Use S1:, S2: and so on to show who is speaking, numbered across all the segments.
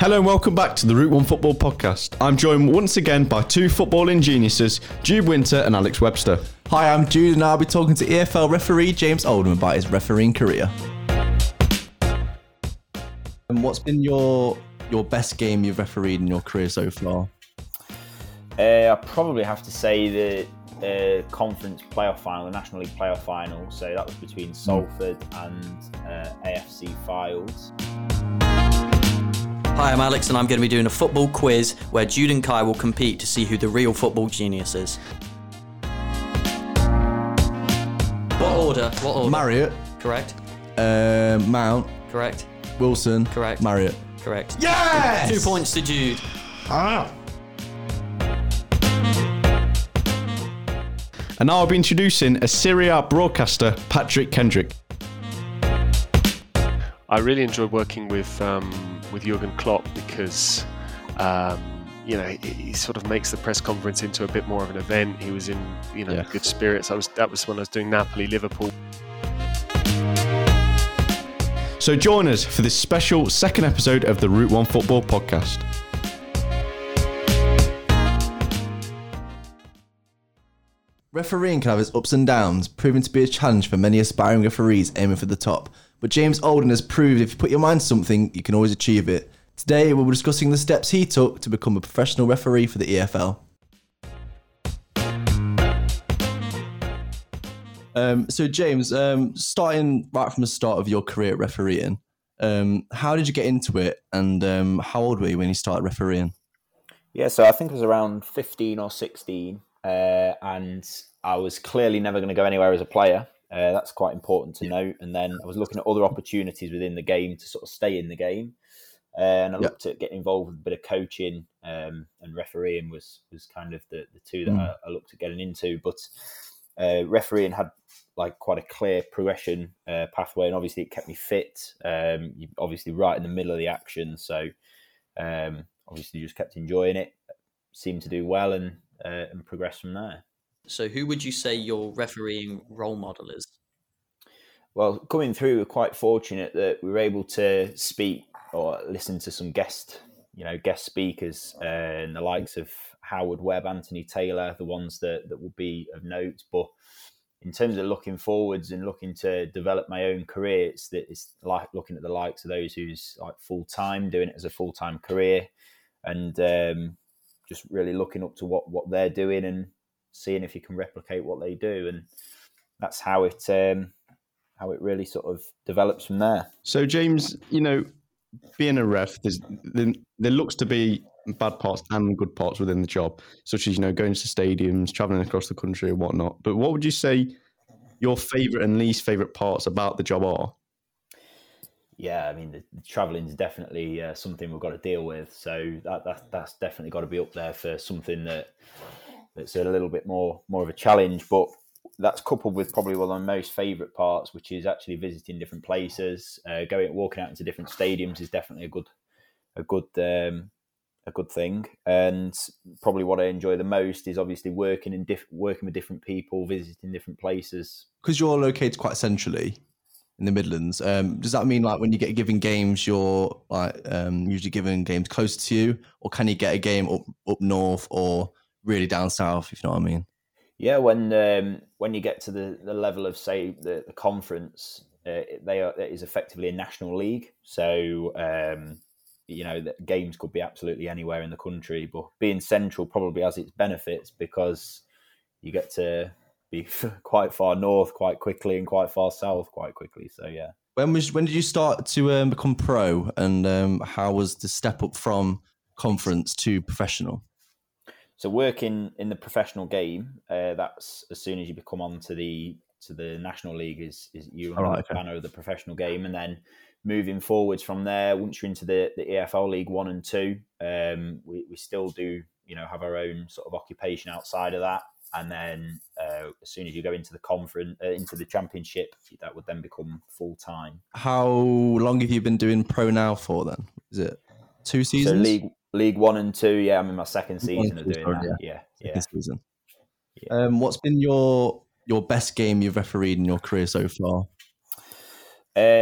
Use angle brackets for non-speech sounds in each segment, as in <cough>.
S1: Hello and welcome back to the Route One Football Podcast. I'm joined once again by two footballing geniuses, Jude Winter and Alex Webster.
S2: Hi, I'm Jude, and I'll be talking to EFL referee James Oldham about his refereeing career. And what's been your your best game you've refereed in your career so far?
S3: Uh, I probably have to say the uh, conference playoff final, the National League playoff final. So that was between Salford and uh, AFC Files.
S4: Hi, I'm Alex, and I'm going to be doing a football quiz where Jude and Kai will compete to see who the real football genius is. What order? What order?
S2: Marriott,
S4: Correct.
S2: uh, Mount,
S4: Correct.
S2: Wilson,
S4: Correct.
S2: Marriott.
S4: Correct.
S2: Yes.
S4: Two points to Jude.
S1: And now I'll be introducing a Serie A broadcaster, Patrick Kendrick.
S5: I really enjoyed working with um, with Jurgen Klopp because um, you know he, he sort of makes the press conference into a bit more of an event. He was in you know
S1: Yeah.
S5: good spirits. I was that was when I was doing Napoli, Liverpool.
S1: So join us for this special second episode of the Route One Football Podcast.
S2: Refereeing can have its ups and downs, proving to be a challenge for many aspiring referees aiming for the top. But James Olden has proved if you put your mind to something, you can always achieve it. Today, we'll be discussing the steps he took to become a professional referee for the E EFL. Um, so, James, um, starting right from the start of your career at refereeing, um, how did you get into it and um, how old were you when you started refereeing?
S3: Yeah, so I think it was around 15 or 16, uh, and I was clearly never going to go anywhere as a player. Uh, that's quite important to note. And then I was looking at other opportunities within the game to sort of stay in the game. Uh, and I
S2: Yeah.
S3: looked at getting involved with a bit of coaching um, and refereeing was was kind of the, the two that I, I looked at getting into. But uh, refereeing had like quite a clear progression uh, pathway, and obviously it kept me fit. Um, you- obviously, right in the middle of the action, so um, obviously just kept enjoying it seemed to do well and uh, and progress from there
S4: So, who would you say your refereeing role model is?
S3: well coming through we're quite fortunate that we were able to speak or listen to some guest you know guest speakers uh, and the likes of howard webb anthony taylor the ones that that will be of note but in terms of looking forwards and looking to develop my own career, it's that it's like looking at the likes of those who's like full time doing it as a full time career, and um, just really looking up to what what they're doing and seeing if you can replicate what they do, and that's how it um, how it really sort of develops from there.
S1: So James, you know, being a ref, there's, there, there looks to be bad parts and good parts within the job, such as you know going to stadiums, traveling across the country, and whatnot. But what would you say your favourite and least favourite parts about the job are?
S3: yeah, I mean, the, the traveling is definitely uh, something we've got to deal with. So that, that that's definitely got to be up there for something that that's a little bit more more of a challenge. But that's coupled with probably one of my most favourite parts, which is actually visiting different places, uh, going walking out into different stadiums is definitely a good a good um, a good thing. And probably what I enjoy the most is obviously working in diff- working with different people, visiting different places.
S2: because you're located quite centrally in the Midlands, um, does that mean like when you get given games, you're like um, usually given games close to you, or can you get a game up up north or really down south? If you know what I mean.
S3: Yeah, when um, when you get to the, the level of say the, the conference, uh, it- they are it is effectively a national league. So um, you know that games could be absolutely anywhere in the country, but being central probably has its benefits because you get to be <laughs> quite far north quite quickly and quite far south quite quickly. So yeah.
S2: When was when did you start to um, become pro, and um, how was the step up from conference to professional?
S3: so working in the professional game, uh, that's as soon as you become onto the to the national league is is you
S2: All
S3: under
S2: right,
S3: the banner of the professional game, and then moving forwards from there, once you're into the the EFL League One and Two, um, we we still do you know have our own sort of occupation outside of that, and then uh, as soon as you go into the conference uh, into the championship, that would then become full time.
S2: How long have you been doing pro now for? Then is it two
S3: So
S2: seasons?
S3: league League One and Two, yeah, I'm in my second season of
S2: two,
S3: doing
S2: sorry,
S3: that. Yeah, yeah.
S2: This season. Um, what's been your your best game you've refereed in your career so far?
S3: Uh,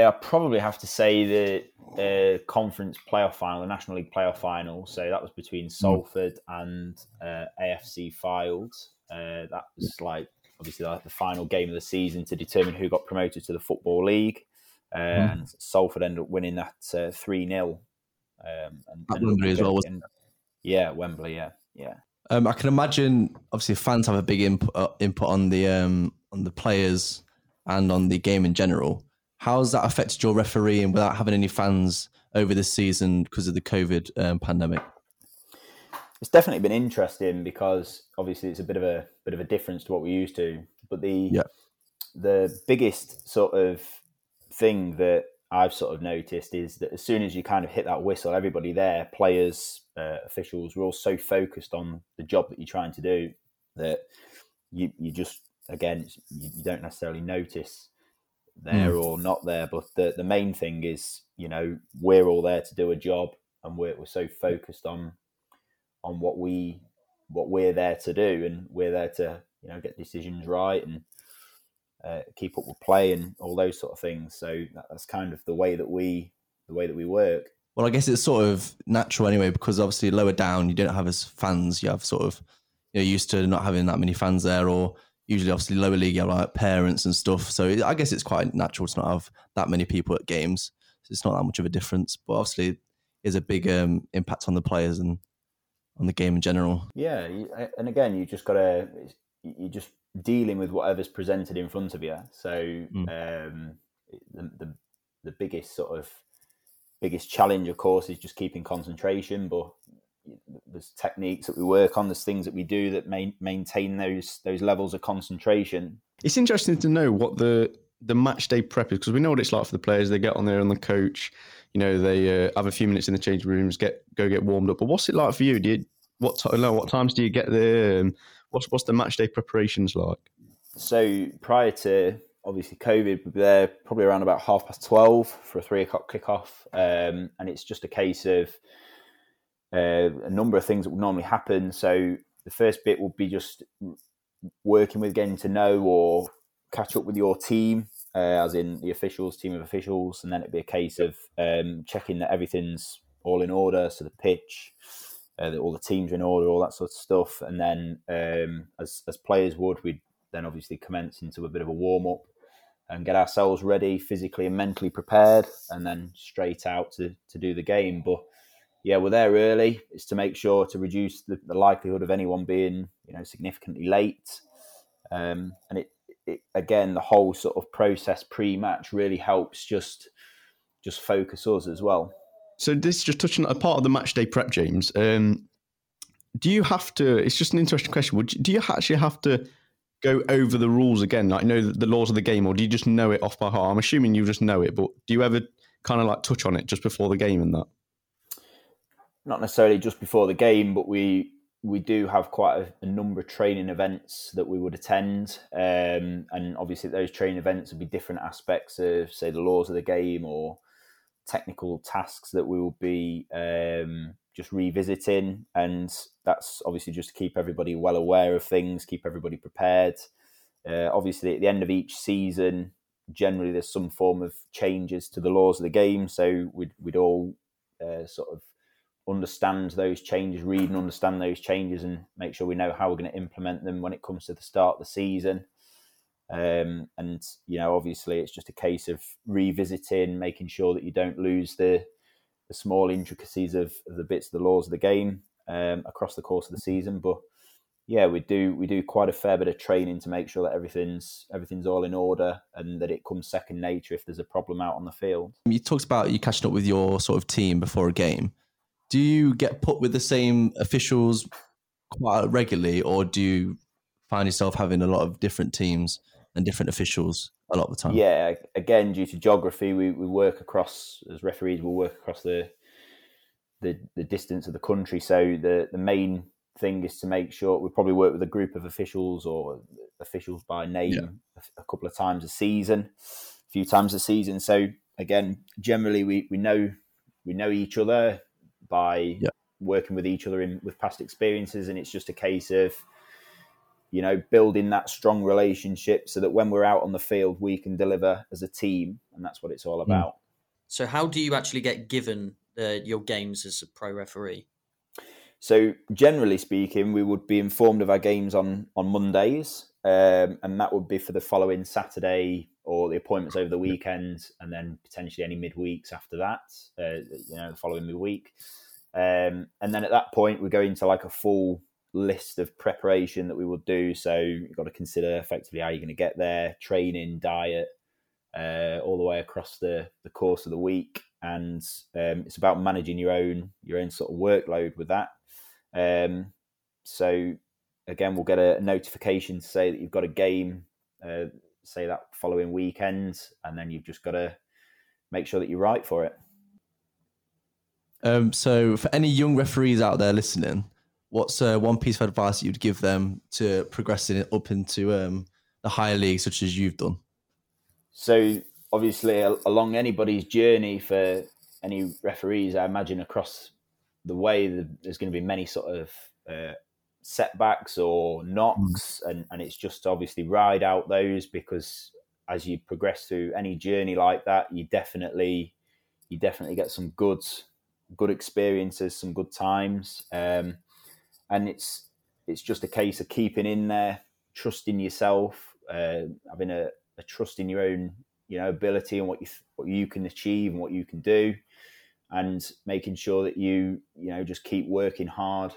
S3: Uh, I probably have to say the uh, conference playoff final, the National League playoff final. So that was
S2: Mm.
S3: between Salford and uh, AFC Filed. Uh, that was like obviously like the final game of the season to determine who got promoted to the Football League. Uh,
S2: Mm.
S3: And Salford ended up winning that uh, three 0 um, and-
S2: At
S3: and-
S2: Wembley as well, wasn't
S3: and- Yeah, Wembley. Yeah, yeah.
S2: Um, I can imagine obviously fans have a big input uh, input on the um, on the players and on the game in general. How's that affected your refereeing without having any fans over this season because of the COVID um, pandemic?
S3: it's definitely been interesting because obviously it's a bit of a bit of a difference to what we're used to. But the
S2: Yeah.
S3: the biggest sort of thing that I've sort of noticed is that as soon as you kind of hit that whistle, everybody there, players, uh, officials, we're all so focused on the job that you're trying to do that you you just again it's- you, you don't necessarily notice there or not there. But the the main thing is you know we're all there to do a job and we're we're so focused on on what we what we're there to do and we're there to you know get decisions right and uh, keep up with play and all those sort of things so that, that's kind of the way that we the way that we work
S2: Well, I guess it's sort of natural anyway because obviously lower down you don't have as fans. You have sort of you're used to not having that many fans there, or usually obviously lower league you have like parents and stuff. So it, I guess it's quite natural to not have that many people at games. So it's not that much of a difference, but obviously it is a big um, impact on the players and on the game in general.
S3: yeah you- and again you just gotta you're just dealing with whatever's presented in front of you so um the, the the biggest sort of biggest challenge of course is just keeping concentration but there's techniques that we work on there's things that we do that main, maintain those those levels of concentration
S1: It's interesting to know what the the match day prep is because we know what it's like for the players. They get on there on the coach, you know, they uh, have a few minutes in the change rooms, get go get warmed up. But what's it like for you? Do you what ti no, what times do you get there? Um, what's what's the match day preparations like?
S3: so prior to obviously covid we were there probably around about half past 12 for a three o'clock kickoff um, and it's just a case of uh, a number of things that would normally happen so the first bit would be just working with getting to know or catch up with your team uh, as in the officials team of officials and then it'd be a case of um, checking that everything's all in order so the pitch uh, that all the teams are in order all that sort of stuff and then um, as, as players would we'd then obviously commence into a bit of a warm up and get ourselves ready physically and mentally prepared and then straight out to, to do the game but yeah we're there early it's to make sure to reduce the, the likelihood of anyone being you know significantly late um, and it, it again the whole sort of process pre-match really helps just just focus us as well
S1: So this is just touching on a part of the match day prep, James. Um, do you have to? It's just an interesting question. Would you, do you actually have to go over the rules again, like know the laws of the game, or do you just know it off by heart? I'm assuming you just know it, but do you ever kind of like touch on it just before the game and that?
S3: not necessarily just before the game, but we we do have quite a, a number of training events that we would attend, um, and obviously those training events would be different aspects of, say, the laws of the game or technical tasks that we will be um, just revisiting, and that's obviously just to keep everybody well aware of things, keep everybody prepared. Uh, obviously, at the end of each season, generally there's some form of changes to the laws of the game, so we'd we'd all uh, sort of understand those changes, read and understand those changes, and make sure we know how we're going to implement them when it comes to the start of the season. Um, and you know, obviously, it's just a case of revisiting, making sure that you don't lose the the small intricacies of, of the bits of the laws of the game um, across the course of the season. But yeah, we do we do quite a fair bit of training to make sure that everything's everything's all in order and that it comes second nature if there's a problem out on the field.
S2: You talked about you catching up with your sort of team before a game. Do you get put with the same officials quite regularly, or do you find yourself having a lot of different teams and different officials a lot of the time?
S3: Yeah, again, due to geography, we, we work across as referees. We'll work across the the the distance of the country. So the the main thing is to make sure we probably work with a group of officials or officials by name a, a couple of times a season, a few times a season. So again, generally we we know we know each other by
S2: Yeah.
S3: working with each other in with past experiences, and it's just a case of you know, building that strong relationship so that when we're out on the field, we can deliver as a team. And that's what it's all about.
S4: So, how do you actually get given uh, your games as a pro referee?
S3: So generally speaking, we would be informed of our games on on Mondays, um, and that would be for the following Saturday or the appointments over the weekend, and then potentially any midweeks after that. Uh, you know, the following midweek, um, and then at that point we go into like a full list of preparation that we will do. So you've got to consider effectively how you're going to get there, training, diet, uh, all the way across the, the course of the week. And um, it's about managing your own your own sort of workload with that. Um, so again, we'll get a notification to say that you've got a game, uh, say that following weekend, and then you've just got to make sure that you're right for it.
S2: Um, so, for any young referees out there listening, what's uh, one piece of advice you'd give them to progressing it up into um, the higher leagues, such as you've done?
S3: So obviously, al- along anybody's journey for any referees, I imagine across the way, th- there's going to be many sort of uh, setbacks or knocks, and and it's just to obviously ride out those because as you progress through any journey like that, you definitely you definitely get some good good experiences, some good times, um, and it's it's just a case of keeping in there, trusting yourself, uh, having a, a trust in your own you know ability and what you what you can achieve and what you can do and making sure that you you know just keep working hard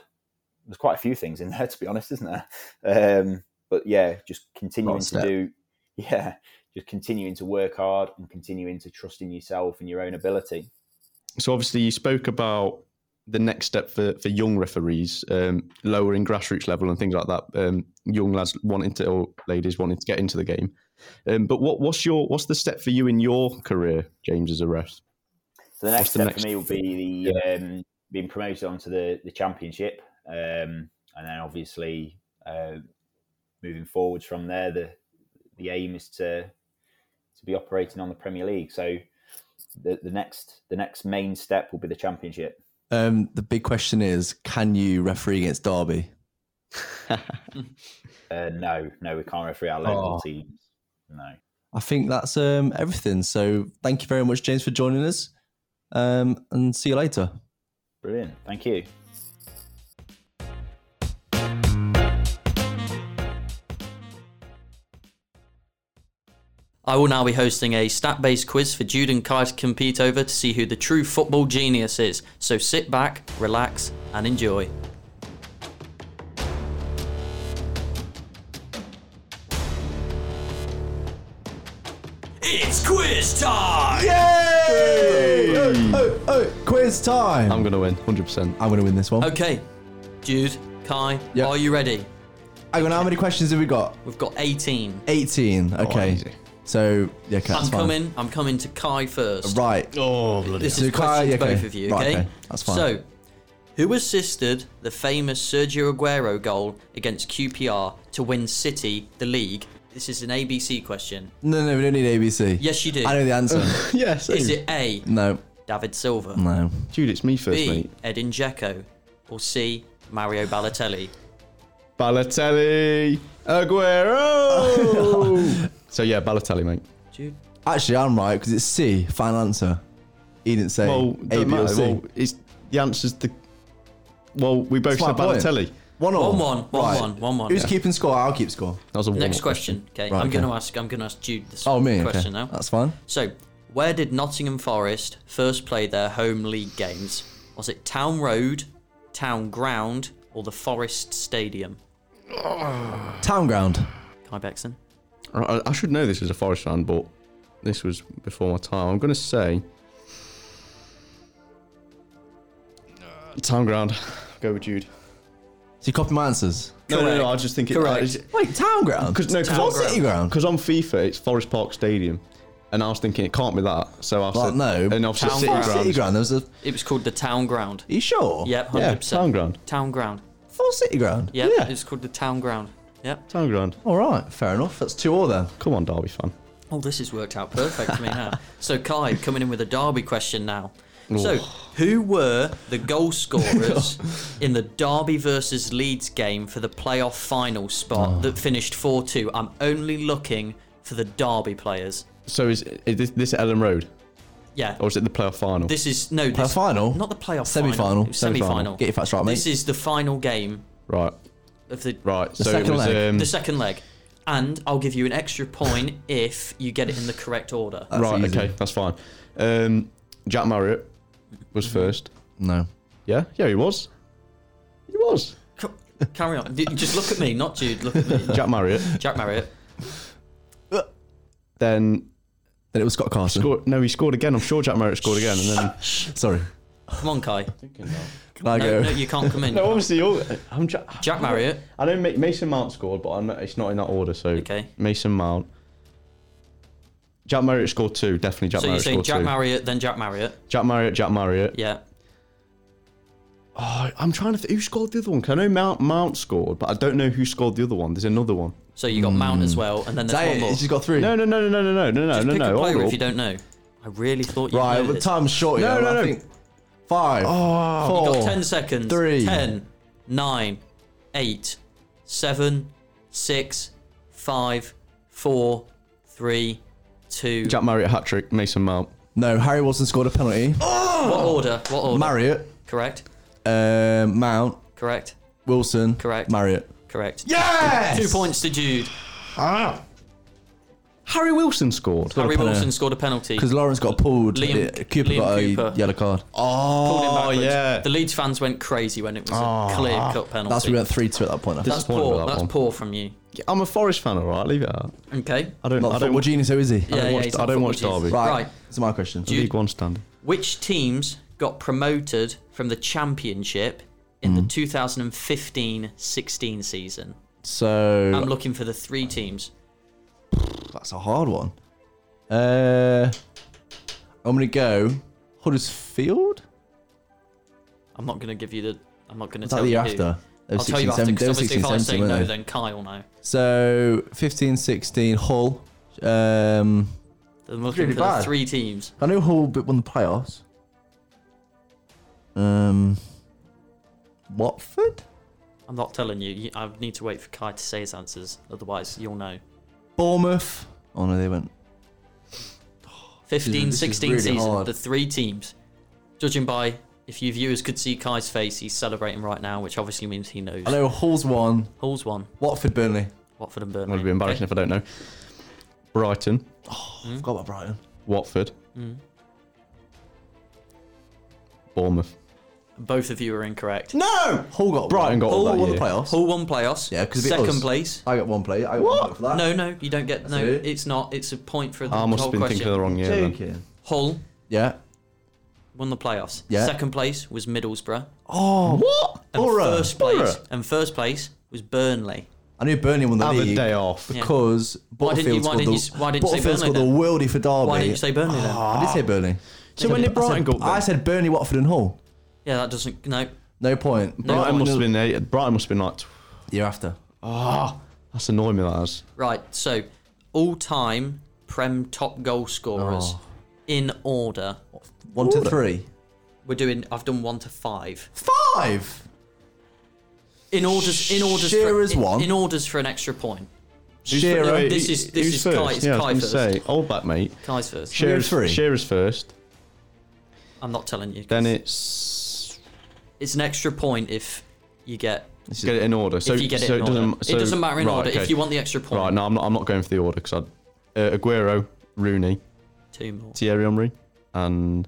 S3: there's quite a few things in <laughs> there to be honest isn't there um but yeah just continuing to
S2: step.
S3: do <laughs> yeah just continuing to work hard and continuing to trust in yourself and your own ability
S1: So obviously, you spoke about the next step for, for young referees, um, lowering grassroots level and things like that. Um, young lads wanting to or ladies wanting to get into the game. Um, but what what's your what's the step for you in your career, James, as a ref?
S3: So the next
S1: What's the
S3: step
S1: next-
S3: for me will be the um, being promoted onto the the championship, um, and then obviously uh, moving forwards from there. The the aim is to to be operating on the Premier League. So the, the next the next main step will be the championship.
S2: Um, the big question is, can you referee against Derby?
S3: Uh, no, no, we can't referee our local
S2: Oh.
S3: teams. No.
S2: I think that's um, everything. So, thank you very much, James, for joining us, um, and see you later.
S3: Brilliant. Thank you.
S4: I will now be hosting a stat based quiz for Jude and Kai to compete over to see who the true football genius is. So sit back, relax, and enjoy. It's quiz time!
S2: Yay! Oh, oh, oh, quiz time!
S1: I'm
S2: I'm,
S1: going to win, hundred percent.
S2: going to win this one.
S4: Okay, Jude, Kai,
S2: Yep.
S4: are you ready?
S2: Hang on, how many questions have we got?
S4: We've got 18.
S2: 18. Okay.
S1: easy.
S2: so, yeah, okay, that's
S4: Oh, I'm
S2: fine.
S4: coming. I'm coming to Kai first.
S2: Right.
S1: Oh bloody!
S4: This
S2: So
S4: is
S2: Kai,
S4: questions
S2: okay.
S4: both of you,
S2: Right,
S4: okay?
S2: okay. That's fine.
S4: So, who assisted the famous Sergio Aguero goal against QPR to win City the league? This is an ABC question.
S2: No, no, we don't need ABC.
S4: Yes, you do.
S2: I know the answer.
S4: <laughs>
S1: yes,
S4: Is it A.
S2: no,
S4: David Silva,
S2: no.
S1: dude? It's me first,
S4: B.
S1: mate.
S4: Edin Dzeko, or C. Mario Balotelli?
S1: Balotelli, <laughs> Aguero. so yeah, Balotelli, mate.
S4: Jude,
S2: Actually, I'm right because it's C. Final answer. He didn't say
S1: Well,
S2: A,
S1: doesn't
S2: B, or
S1: matter.
S2: C.
S1: Well, it's the answer's the. Well, we both said
S2: That's my point.
S1: Balotelli.
S2: One all.
S4: One, one, one, one, one, one.
S2: Who's
S4: Yeah.
S2: keeping score? I'll keep score.
S1: That was a warm-up
S4: Next question. Okay,
S2: Right,
S4: I'm
S2: okay.
S4: going to ask. I'm going to ask Jude this
S2: Oh, me.
S4: question
S2: okay.
S4: now.
S2: That's fine.
S4: So, where did Nottingham Forest first play their home league games? Was it Town Road, Town Ground, or the Forest Stadium?
S2: Town ground.
S4: Kai Bexon?
S1: I, I should know this is a Forest fan, but this was before my time. I'm going to say.
S4: Uh,
S1: Town ground. Go with Jude.
S2: So you copy my answers.
S1: No, no, no.
S4: Correct.
S1: I just think it.
S4: Correct.
S2: Wait, town ground.
S1: Because no,
S2: Town
S1: because
S2: city ground.
S1: on FIFA it's Forest Park Stadium, and I was thinking it can't be that. So I
S2: Well,
S1: said
S2: no.
S1: and obviously
S4: Town
S1: City
S4: ground.
S1: ground.
S2: City ground. There was a. Are
S4: It was called the Town Ground.
S2: you sure?
S4: Yep, 100%.
S1: Yeah, town ground.
S4: Town Ground.
S2: Full city ground.
S4: Yep,
S1: Yeah.
S4: it was called the Town Ground. Yep.
S1: Town ground.
S2: All right. Fair enough. That's two all then.
S1: Come on, Derby fan.
S2: <laughs>
S4: Oh, this has worked out perfect for me now. So, Kai, coming in with a derby question now. So, who were the goal
S2: <laughs>
S4: scorers in the Derby versus Leeds game for the playoff final spot
S2: Oh.
S4: that finished 4 2? I'm only looking for the Derby players.
S1: So is, is this, this at Ellen Road
S4: Yeah.
S1: or is it the playoff final?
S4: This is no
S2: Oh. Playoff
S4: this,
S2: final?
S4: not the playoff
S2: Semi-final.
S4: Semi final.
S2: Get your facts right, mate.
S4: This is the final game
S1: right,
S4: of the
S1: right. so it
S2: second
S1: was
S2: leg.
S1: um,
S4: the second leg, and I'll give you an extra point
S2: <laughs>
S4: if you get it in the correct order.
S2: Uh.
S1: right.
S2: easy.
S1: Okay, that's fine. Um, Jack Marriott was
S2: Mm-hmm.
S1: first.
S2: no.
S1: Yeah, yeah, he was. He was
S4: C- Carry on. D- Just look at me, not Jude. Look at me.
S1: Jack Marriott.
S4: Jack Marriott.
S1: then
S2: <laughs> Then it was Scott Carson.
S1: scored, no, he scored again. I'm sure Jack Marriott scored again, and then
S2: Sorry.
S4: Come on, Kai.
S2: Can
S4: No,
S2: I go?
S4: no, you can't come in.
S1: <laughs> no, obviously you're. I'm Jack.
S4: Jack Marriott.
S1: I know Ma- Mason Mount scored, but I'm not, it's not in that order. So
S4: Okay.
S1: Mason Mount. Jack Marriott scored two. Definitely Jack
S4: So you're
S1: Marriott
S4: saying
S1: scored
S4: Jack
S1: two.
S4: Marriott, then Jack Marriott.
S1: Jack Marriott. Jack Marriott.
S4: Yeah.
S1: Oh, I'm trying to. Th- who scored the other one? 'Cause I know Mount Mount scored, but I don't know who scored the other one. There's another one.
S4: So you got Mount as well, and then
S2: Is Hmm. that
S4: there's one
S2: it?
S4: more.
S2: She's got three.
S1: No, no, no, no, no, no, no, no,
S4: Just
S1: no,
S4: pick
S1: no.
S4: a
S1: hold
S4: player
S1: up.
S4: if you don't know. I really thought you
S2: Right,
S4: know
S2: well,
S4: this.
S2: time's short.
S1: No,
S2: you know,
S1: no,
S2: I
S1: no.
S2: think Five.
S1: Oh,
S2: four,
S4: You've got 10 seconds.
S2: three.
S4: 10, 9, 8, 7, 6, 5, 4, 3, 2.
S1: Jack Marriott hat trick. Mason Mount.
S2: No, Harry Wilson scored a penalty.
S4: Oh. What order? What order?
S2: Marriott,
S4: Correct.
S2: um, Mount,
S4: Correct.
S2: Wilson,
S4: Correct.
S2: Marriott.
S4: Correct.
S2: Yes.
S4: Two points to Jude.
S1: Harry Wilson scored.
S4: Harry
S2: penalty.
S4: Wilson scored a penalty.
S2: Because Lawrence got pulled.
S4: Liam-
S2: Uh, Cooper
S4: Liam
S2: got
S4: Cooper.
S2: a yellow card.
S4: Pulled him
S1: Oh
S4: backwards.
S1: yeah.
S4: The Leeds fans went crazy when it was a clear cut penalty.
S2: That's we went three two at that point. I
S4: Oh, That's
S2: think.
S1: disappointed
S4: poor.
S1: with that
S4: That's
S1: one.
S4: poor from you.
S1: I'm a Forest fan, all right. Leave it out.
S4: Okay.
S1: I don't.
S2: Not
S1: I don't.
S2: a football genius, though, is he?
S4: Yeah,
S1: don't
S4: yeah,
S1: watch-
S4: he's
S1: I
S4: not
S1: don't
S4: football
S1: watch
S4: genius.
S1: Derby.
S4: Right.
S2: That's my question.
S4: you-
S1: League One standard.
S4: Which teams got promoted from the Championship in
S2: Mm.
S4: the 2015-16 season?
S2: So
S4: I'm looking for the three teams.
S2: that's a hard one. Uh, I'm gonna go Huddersfield.
S4: I'm not going to give you the. I'm not going to
S2: Is that
S4: tell
S2: the
S4: you.
S2: year
S4: who.
S2: after? They were
S4: I'll tell you
S2: 16,
S4: after because
S2: 17, they were
S4: obviously if I say
S2: 16, 17,
S4: no,
S2: weren't they?
S4: then Kyle will know.
S2: So 15, 16, Hull. Um,
S4: I'm looking
S2: really
S4: for
S2: bad.
S4: the three teams.
S2: I know Hull bit won the playoffs. Um, Watford,
S4: I'm not telling you. You- I need to wait for Kai to say his answers. Otherwise, you'll know.
S2: Bournemouth. Oh no, they went.
S4: 15
S2: This is
S4: 16
S2: really
S4: season,
S2: hard.
S4: the three teams. Judging by if you viewers could see Kai's face, he's celebrating right now, which obviously means he knows.
S2: I know Hull's won.
S4: Hull's one,
S2: Watford, Burnley.
S4: Watford and Burnley.
S1: Would be embarrassing if I don't know. Brighton,
S4: Mm.
S2: Forgot about Brighton.
S1: Watford, Bournemouth.
S4: Okay. Both of you are incorrect.
S2: No, Hull got
S1: Brighton got
S2: Hull
S1: one that
S2: won the
S1: year.
S2: playoffs.
S4: Hull won playoffs.
S2: Yeah, 'cause if it
S4: second
S2: was-
S4: place.
S2: I got one play. I got
S1: What?
S2: one point for that.
S4: No, no, you don't get. No,
S2: it.
S4: it's not. It's a point for the
S1: I must
S4: whole
S1: have been
S4: question.
S1: thinking of the wrong year. Then.
S2: Joking.
S4: Hull
S2: Yeah.
S4: won the playoffs.
S2: Yeah.
S4: Second place was Middlesbrough.
S2: Oh, what?
S4: And
S2: Borough.
S4: first place.
S1: Borough.
S4: And first place was Burnley.
S2: I knew Burnley won the
S1: Have a
S2: league
S1: day off.
S2: because
S4: didn't you-
S2: Butterfield
S4: why
S2: scored
S4: didn't you
S2: the
S4: s- why didn't you say
S2: Butterfield scored the
S4: Burnley
S2: worldie for Derby.
S4: Why didn't you say Burnley then?
S2: I did say Burnley.
S1: So when did
S2: I
S1: Brighton
S2: said,
S1: go?
S2: I said Burnley, Watford, and Hull.
S4: Yeah, that doesn't. No.
S2: No point.
S1: Brighton must have been. eight- Brighton must have been like. tw-
S2: year after.
S1: That's annoying me. That is.
S4: Right, so all time Prem top goal scorers
S1: Oh.
S4: in order.
S2: One to three.
S4: We're doing. I've done one to five.
S2: Five.
S4: In orders. In orders.
S2: Shearer's
S4: for, in-
S2: one.
S4: In, orders for an extra point.
S2: Shearer.
S4: no, this is- this
S1: Who's
S4: is Kai-
S1: first.
S4: it's
S1: yeah,
S4: Kai
S1: I was
S4: first.
S1: gonna say old back mate.
S4: Kai's first.
S1: Shearer's
S2: three?
S1: Shearer's first.
S4: I'm not telling you. 'cause
S1: Then it's
S4: it's an extra point if you get.
S1: get it in order. So
S4: if you get it,
S1: so
S4: in
S1: it
S4: order.
S1: doesn't. so-
S4: it doesn't matter in
S1: right,
S4: order.
S1: okay.
S4: If you want the extra point,
S1: Right, no, I'm not. I'm not going for the order because I. Uh, Aguero, Rooney,
S4: two more.
S1: Thierry Henry, and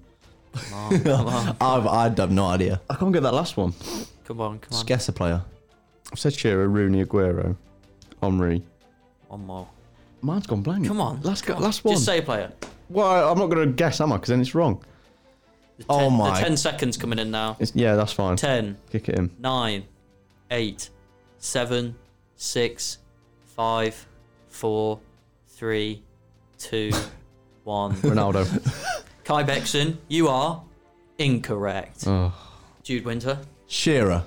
S4: Come on,
S1: <laughs>
S4: come on,
S2: I've, I'd have no idea.
S1: I can't get that last one.
S4: come on, come
S2: Just
S4: on.
S2: guess a player.
S1: I've said Shearer, Rooney, Aguero, Henry.
S4: One more.
S1: Mine's gone blank.
S4: Come on.
S1: last
S4: come
S1: go-
S4: on.
S1: last one.
S4: Just say a player.
S1: well, I'm not going to guess, am I? Because then it's wrong.
S4: The
S2: Oh
S4: ten-
S2: my-
S4: The ten seconds coming in now.
S1: It's, yeah, that's fine.
S4: Ten.
S1: Kick it in.
S4: nine, eight, seven, six, five, four, three,
S1: <laughs>
S4: two, one. <laughs>
S1: Ronaldo.
S4: Kai Bexon, you are incorrect.
S1: Oh.
S4: Jude Winter,
S2: Shearer,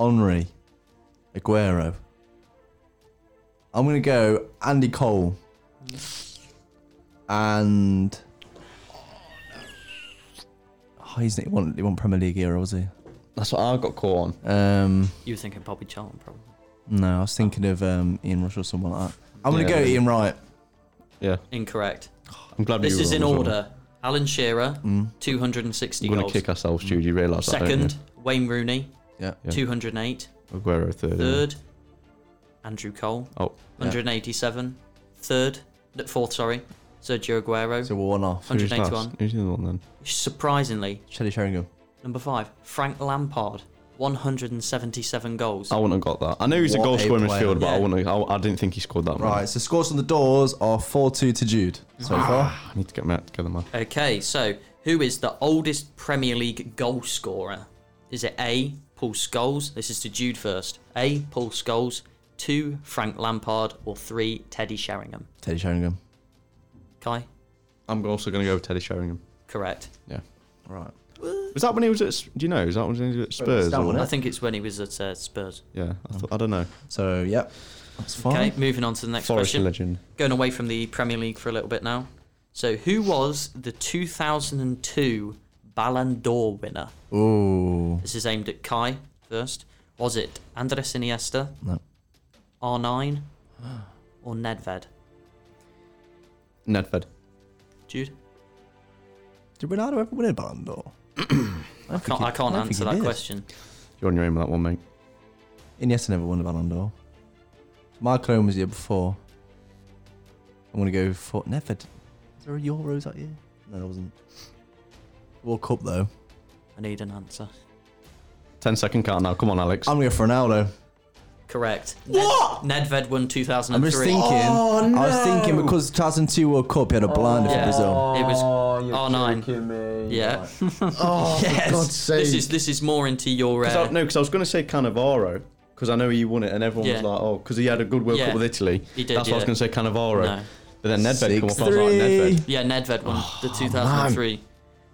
S2: Henri, Aguero. I'm gonna go Andy Cole and Oh, he's he won, he won Premier League era, was he?
S1: That's what I got caught on.
S2: Um,
S4: You were thinking Bobby Charlton, probably.
S2: no, I was thinking of um, Ian Rush or someone like that. I'm gonna
S1: Yeah,
S2: go
S1: but-
S2: Ian Wright.
S1: Yeah,
S4: Incorrect.
S1: I'm glad
S4: This
S1: we Oh, were
S4: is
S1: wrong
S4: in
S1: as well.
S4: order. Alan Shearer, 260
S1: We're gonna
S4: goals.
S1: kick ourselves, Jude. You realise that? don't you?
S4: Second, Wayne Rooney,
S2: Yeah.
S4: 208.
S1: Aguero third. isn't it?
S4: Third, Andrew Cole,
S1: Oh,
S4: 187. Third, no, fourth, sorry, Sergio Aguero.
S2: So we're one off.
S1: who's
S4: 181.
S1: last? Who's the other one then?
S4: Surprisingly,
S2: Chelly Sheringham.
S4: number five, Frank Lampard, 177 goals.
S1: I wouldn't have got that. I know he's
S2: What
S1: a goal
S2: a
S1: scorer in
S2: player.
S1: midfield, but I
S4: Yeah.
S1: wouldn't. I, I didn't think he scored that. many.
S2: Right. So scores on the doors are four two to Jude so far.
S1: I need to get Matt together, man.
S4: Okay, so who is the oldest Premier League goal scorer? Is it A. Paul Scholes? This is to Jude first. A. Paul Scholes, two Frank Lampard, or three Teddy Sheringham.
S2: Teddy Sheringham.
S4: Kai,
S1: I'm also going to go with Teddy Sheringham.
S4: correct.
S1: Yeah.
S2: Right.
S1: Was that when he was at? S- Do you know? Is that when he was at Spurs?
S2: down,
S1: or-
S2: wasn't
S4: I think it's when he was at uh, Spurs.
S1: yeah. I, thought, I don't know.
S2: So yep, that's fine.
S4: Okay, moving on to the next
S1: Forest
S4: question.
S1: legend.
S4: Going away from the Premier League for a little bit now. So who was the 2002 Ballon d'Or winner?
S2: Ooh.
S4: This is aimed at Kai first. Was it Andres Iniesta?
S2: No.
S4: R9 or Nedved?
S1: Nedved.
S4: Jude?
S2: Did Ronaldo ever win a Ballon d'Or? I
S4: Can't, <clears throat> I can't answer that question.
S1: You're on your own with that one, mate.
S2: Iniesta never won a Ballon d'Or. Mark Owen was here before. I'm gonna go for Never. Is there a Euros that year? No, there wasn't. World Cup though.
S4: I need an answer.
S1: Ten second count now. Come on, Alex.
S2: I'm gonna go for Ronaldo.
S4: Correct. What? Nedved won 2003.
S2: I'm just thinking. I was thinking because 2002 World Cup, he had a blinder
S4: Yeah.
S2: for Brazil.
S4: It was
S6: Oh, you're
S4: R9.
S6: joking me.
S4: yeah.
S6: For God's sake.
S4: this is this is more into your
S1: Cause I,
S4: uh,
S1: no, because I was going to say Cannavaro because I know he won it, and everyone was
S4: Yeah.
S1: like, "Oh, because he had a good World
S4: Yeah.
S1: Cup with Italy."
S4: He did,
S1: That's
S4: yeah.
S1: what I was going to say, Cannavaro.
S4: No.
S1: But then Nedved come up,
S2: Six,
S1: and I was like,
S2: three.
S1: Nedved.
S4: yeah Nedved won
S2: Oh,
S4: the 2003.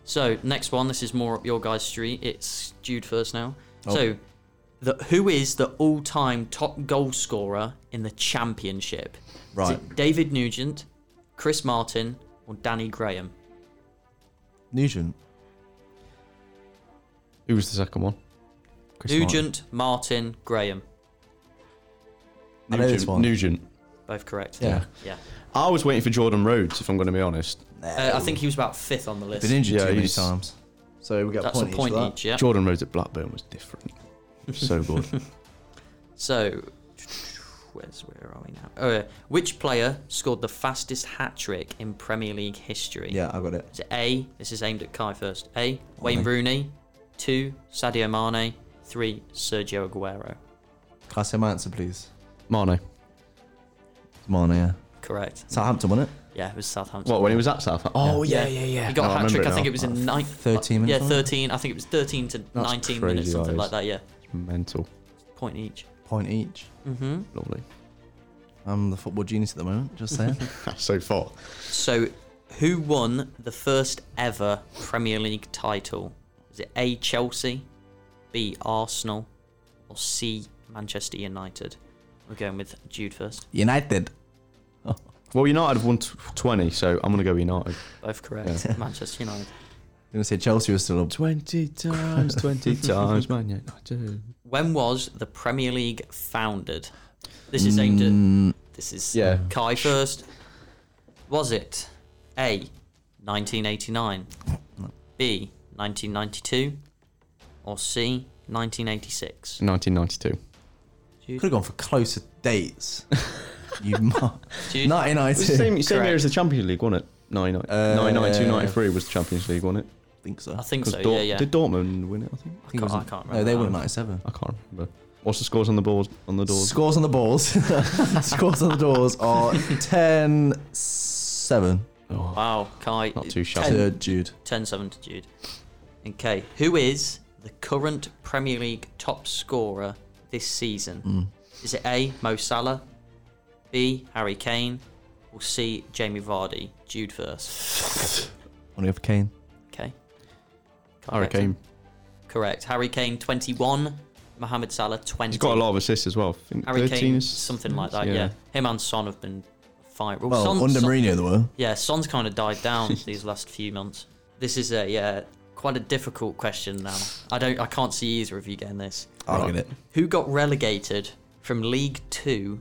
S4: So next one, this is more up your guys' street. It's Jude first now.
S2: Oh.
S4: So, the, who is the all-time top goal scorer in the championship? Is
S2: Right.
S4: it David Nugent, Chris Martin, or Danny Graham?
S2: Nugent.
S1: Who was the second one? Chris
S4: Nugent, Martin, Graham.
S1: Martin.
S2: I know this
S1: Nugent-
S2: one.
S1: Nugent.
S4: Both correct.
S2: Yeah.
S4: Yeah.
S1: I was waiting for Jordan Rhodes, if I'm going to be honest.
S4: Uh, I think he was about fifth on the list.
S2: Been injured
S1: Yeah,
S2: too many
S1: he's-
S2: times. So we got
S4: That's
S2: point
S4: a point
S2: each. for that.
S4: each, yeah.
S1: Jordan Rhodes at Blackburn was different. So good.
S4: So, where's where are we now? Oh, yeah. Which player scored the fastest hat trick in Premier League history?
S2: Yeah, I got it.
S4: Is it A? This is aimed at Kai first. A. Wayne Rooney. Two. Sadio Mane. Three. Sergio Aguero.
S2: Can I say my answer, please?
S1: Mane.
S2: Mane, yeah.
S4: Correct.
S2: Southampton won it.
S4: Yeah, it was Southampton.
S1: What when he was at South? Oh yeah, yeah,
S4: He got
S1: No, I
S4: a hat
S1: remember
S4: trick.
S1: it
S4: I think
S1: now. Uh,
S4: it was in nine,
S2: 13 minutes,
S4: Yeah,
S2: wasn't it?
S4: thirteen. I think it was thirteen to nineteen minutes,
S1: crazy,
S4: something
S1: that
S4: like
S1: is.
S4: that. Yeah,
S1: mental.
S4: point each.
S2: Point each. <laughs>
S1: Lovely.
S2: I'm the football genius at the moment, just saying.
S1: so far.
S4: So, who won the first ever Premier League title? Is it A. Chelsea, B. Arsenal, or C. Manchester United? We're going with Jude first.
S2: <laughs> United.
S1: Well, United have won t- 20, so I'm going to go United.
S4: Both correct. Manchester United.
S2: I'm gonna say Chelsea was still up.
S1: 20 times, 20 <laughs> times, man United.
S4: When was the Premier League founded? This is aimed at. This is
S1: Mm, Yeah.
S4: Kai first. Was it A. 1989, B. 1992, or C. 1986?
S1: 1992.
S2: Could have gone for closer dates. <laughs> you mar-
S4: Dude.
S2: 1992.
S1: It's the same, same
S4: Correct.
S1: year as the Champions League, wasn't it? 99 1992, 93 was the Champions League, wasn't it?
S2: think so.
S4: I think
S1: 'Cause
S4: so.
S1: Dort-
S4: yeah, yeah.
S1: Did Dortmund win it? I think.
S4: I
S2: think it
S4: can't,
S2: was
S4: I
S2: in-
S4: can't
S2: No,
S4: remember.
S2: they
S4: that
S2: won at
S4: one.
S2: 97.
S1: I can't remember. What's the scores on the boards? On the doors?
S2: Scores on the balls. <laughs> Scores on the doors are 10 7
S1: oh,
S4: Wow, Kai.
S1: Not too shabby.
S2: to Jude.
S4: 10 7 to Jude. Okay, who is the current Premier League top scorer this season?
S1: Hmm.
S4: Is it A, Mo Salah, B, Harry Kane, or C, Jamie Vardy? Jude first.
S2: On the other Kane.
S4: Okay.
S1: Harry
S4: Correct.
S1: Kane.
S4: Correct. Harry Kane, 21. Mohamed Salah, 20.
S1: He's got a lot of assists as well. I think
S4: Harry
S1: 13
S4: Kane,
S1: is-
S4: something like that, yeah. Him and Son have been fine.
S2: Well,
S4: Son,
S2: under
S4: Son-
S2: Mourinho, though.
S1: <laughs>
S4: Yeah, Son's kind of died down these last few months. This is a uh, quite a difficult question now. I don't. I can't see either of you getting this.
S2: I'll get it.
S4: Who got relegated from League Two